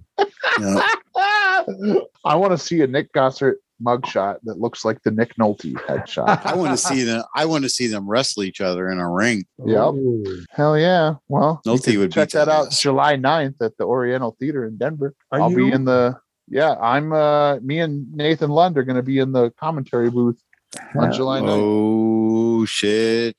Speaker 5: Yeah.
Speaker 7: Ah! [laughs] I want to see a Nick Gossett mugshot that looks like the Nick Nolte headshot.
Speaker 5: I want to see them. I want to see them wrestle each other in a ring.
Speaker 7: Yep.
Speaker 8: Ooh.
Speaker 7: Hell yeah. Well, you
Speaker 5: Nolte
Speaker 7: can
Speaker 5: would
Speaker 7: check
Speaker 5: beat
Speaker 7: that
Speaker 5: that
Speaker 7: out
Speaker 5: ass.
Speaker 7: July 9th at the Oriental Theater in Denver.
Speaker 8: Are
Speaker 7: I'll
Speaker 8: you-
Speaker 7: be in the yeah, I'm uh me and Nathan Lund are gonna be in the commentary booth on July 9th.
Speaker 5: Oh shit,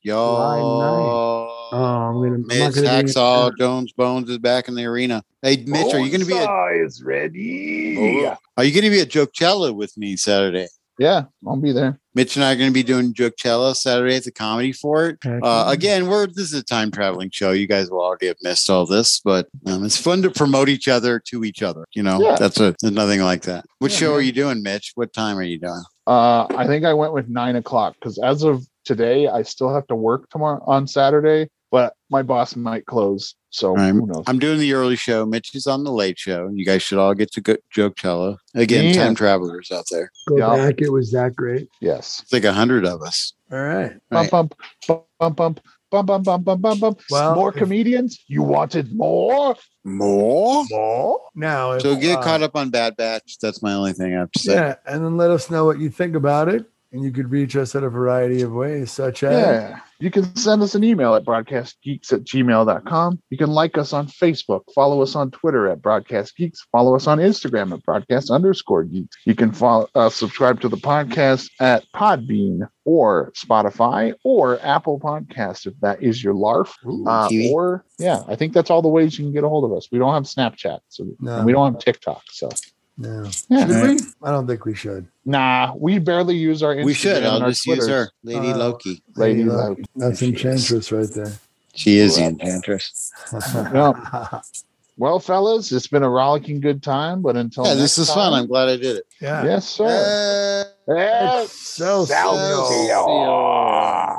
Speaker 5: y'all!
Speaker 8: Oh, I'm gonna. I'm not
Speaker 5: Mitch
Speaker 8: gonna be-
Speaker 5: Hacksaw Jones Bones is back in the arena. Hey Mitch, are you going to be? A,
Speaker 7: is
Speaker 5: Oh,
Speaker 7: ready?
Speaker 5: are you going to be at Jokecella with me Saturday?
Speaker 7: Yeah, I'll be there.
Speaker 5: Mitch and I are going to be doing Jokecella Saturday at the Comedy Fort.
Speaker 8: Heck
Speaker 5: Uh,
Speaker 8: yeah.
Speaker 5: again, we're this is a time traveling show. You guys will already have missed all this, but um, it's fun to promote each other to each other. You know,
Speaker 7: Yeah.
Speaker 5: that's a there's nothing like that. What
Speaker 7: Yeah,
Speaker 5: show are
Speaker 7: man.
Speaker 5: you doing, Mitch? What time are you doing?
Speaker 7: Uh, I think I went with nine o'clock because as of today, I still have to work tomorrow on Saturday, but my boss might close. So who knows?
Speaker 5: I'm doing the early show. Mitch is on the late show. You guys should all get to go- joke cello. Again,
Speaker 7: Yeah.
Speaker 5: time travelers out there.
Speaker 8: Go
Speaker 7: Yeah.
Speaker 8: back. It was that great.
Speaker 7: yes.
Speaker 5: It's like a hundred of us.
Speaker 8: All right.
Speaker 5: Right.
Speaker 7: Bump, bump, bump, bump, bump, bump, bump, bump, bump, bump.
Speaker 8: Well,
Speaker 7: more
Speaker 8: if-
Speaker 7: comedians? You wanted more?
Speaker 5: More?
Speaker 8: Now, if,
Speaker 5: So get
Speaker 8: uh,
Speaker 5: caught up on Bad Batch. That's my only thing I have to say.
Speaker 8: Yeah, and then let us know what you think about it. And you could reach us at a variety of ways, such as
Speaker 7: Yeah. You can send us an email at broadcastgeeks at gmail.com. You can like us on Facebook. Follow us on Twitter at Broadcast Geeks. Follow us on Instagram at broadcast underscore geeks. You can follow, uh, subscribe to the podcast at Podbean or Spotify or Apple Podcasts if that is your LARF. Uh,
Speaker 5: Kiwi.
Speaker 7: or, yeah, I think that's all the ways you can get a hold of us. We don't have Snapchat, so
Speaker 8: No.
Speaker 7: and we don't have TikTok. So,
Speaker 8: no.
Speaker 7: yeah.
Speaker 8: Should we? I don't think we should.
Speaker 7: Nah, we barely use our Instagram.
Speaker 5: we should.
Speaker 7: and
Speaker 5: I'll
Speaker 7: our
Speaker 5: just use
Speaker 7: Twitters.
Speaker 5: her, Lady
Speaker 8: Uh,
Speaker 5: Loki.
Speaker 7: Lady
Speaker 8: Lady
Speaker 7: Luck.
Speaker 8: That's enchantress right there.
Speaker 5: She is the enchantress.
Speaker 8: [laughs]
Speaker 7: Well, fellas, it's been a rollicking good time, but until
Speaker 5: Yeah, this is
Speaker 7: next
Speaker 5: fun.
Speaker 7: time-
Speaker 5: I'm glad I did it.
Speaker 8: yeah.
Speaker 7: Yes, sir.
Speaker 5: Uh,
Speaker 7: Yes.
Speaker 8: So
Speaker 7: Excelsior.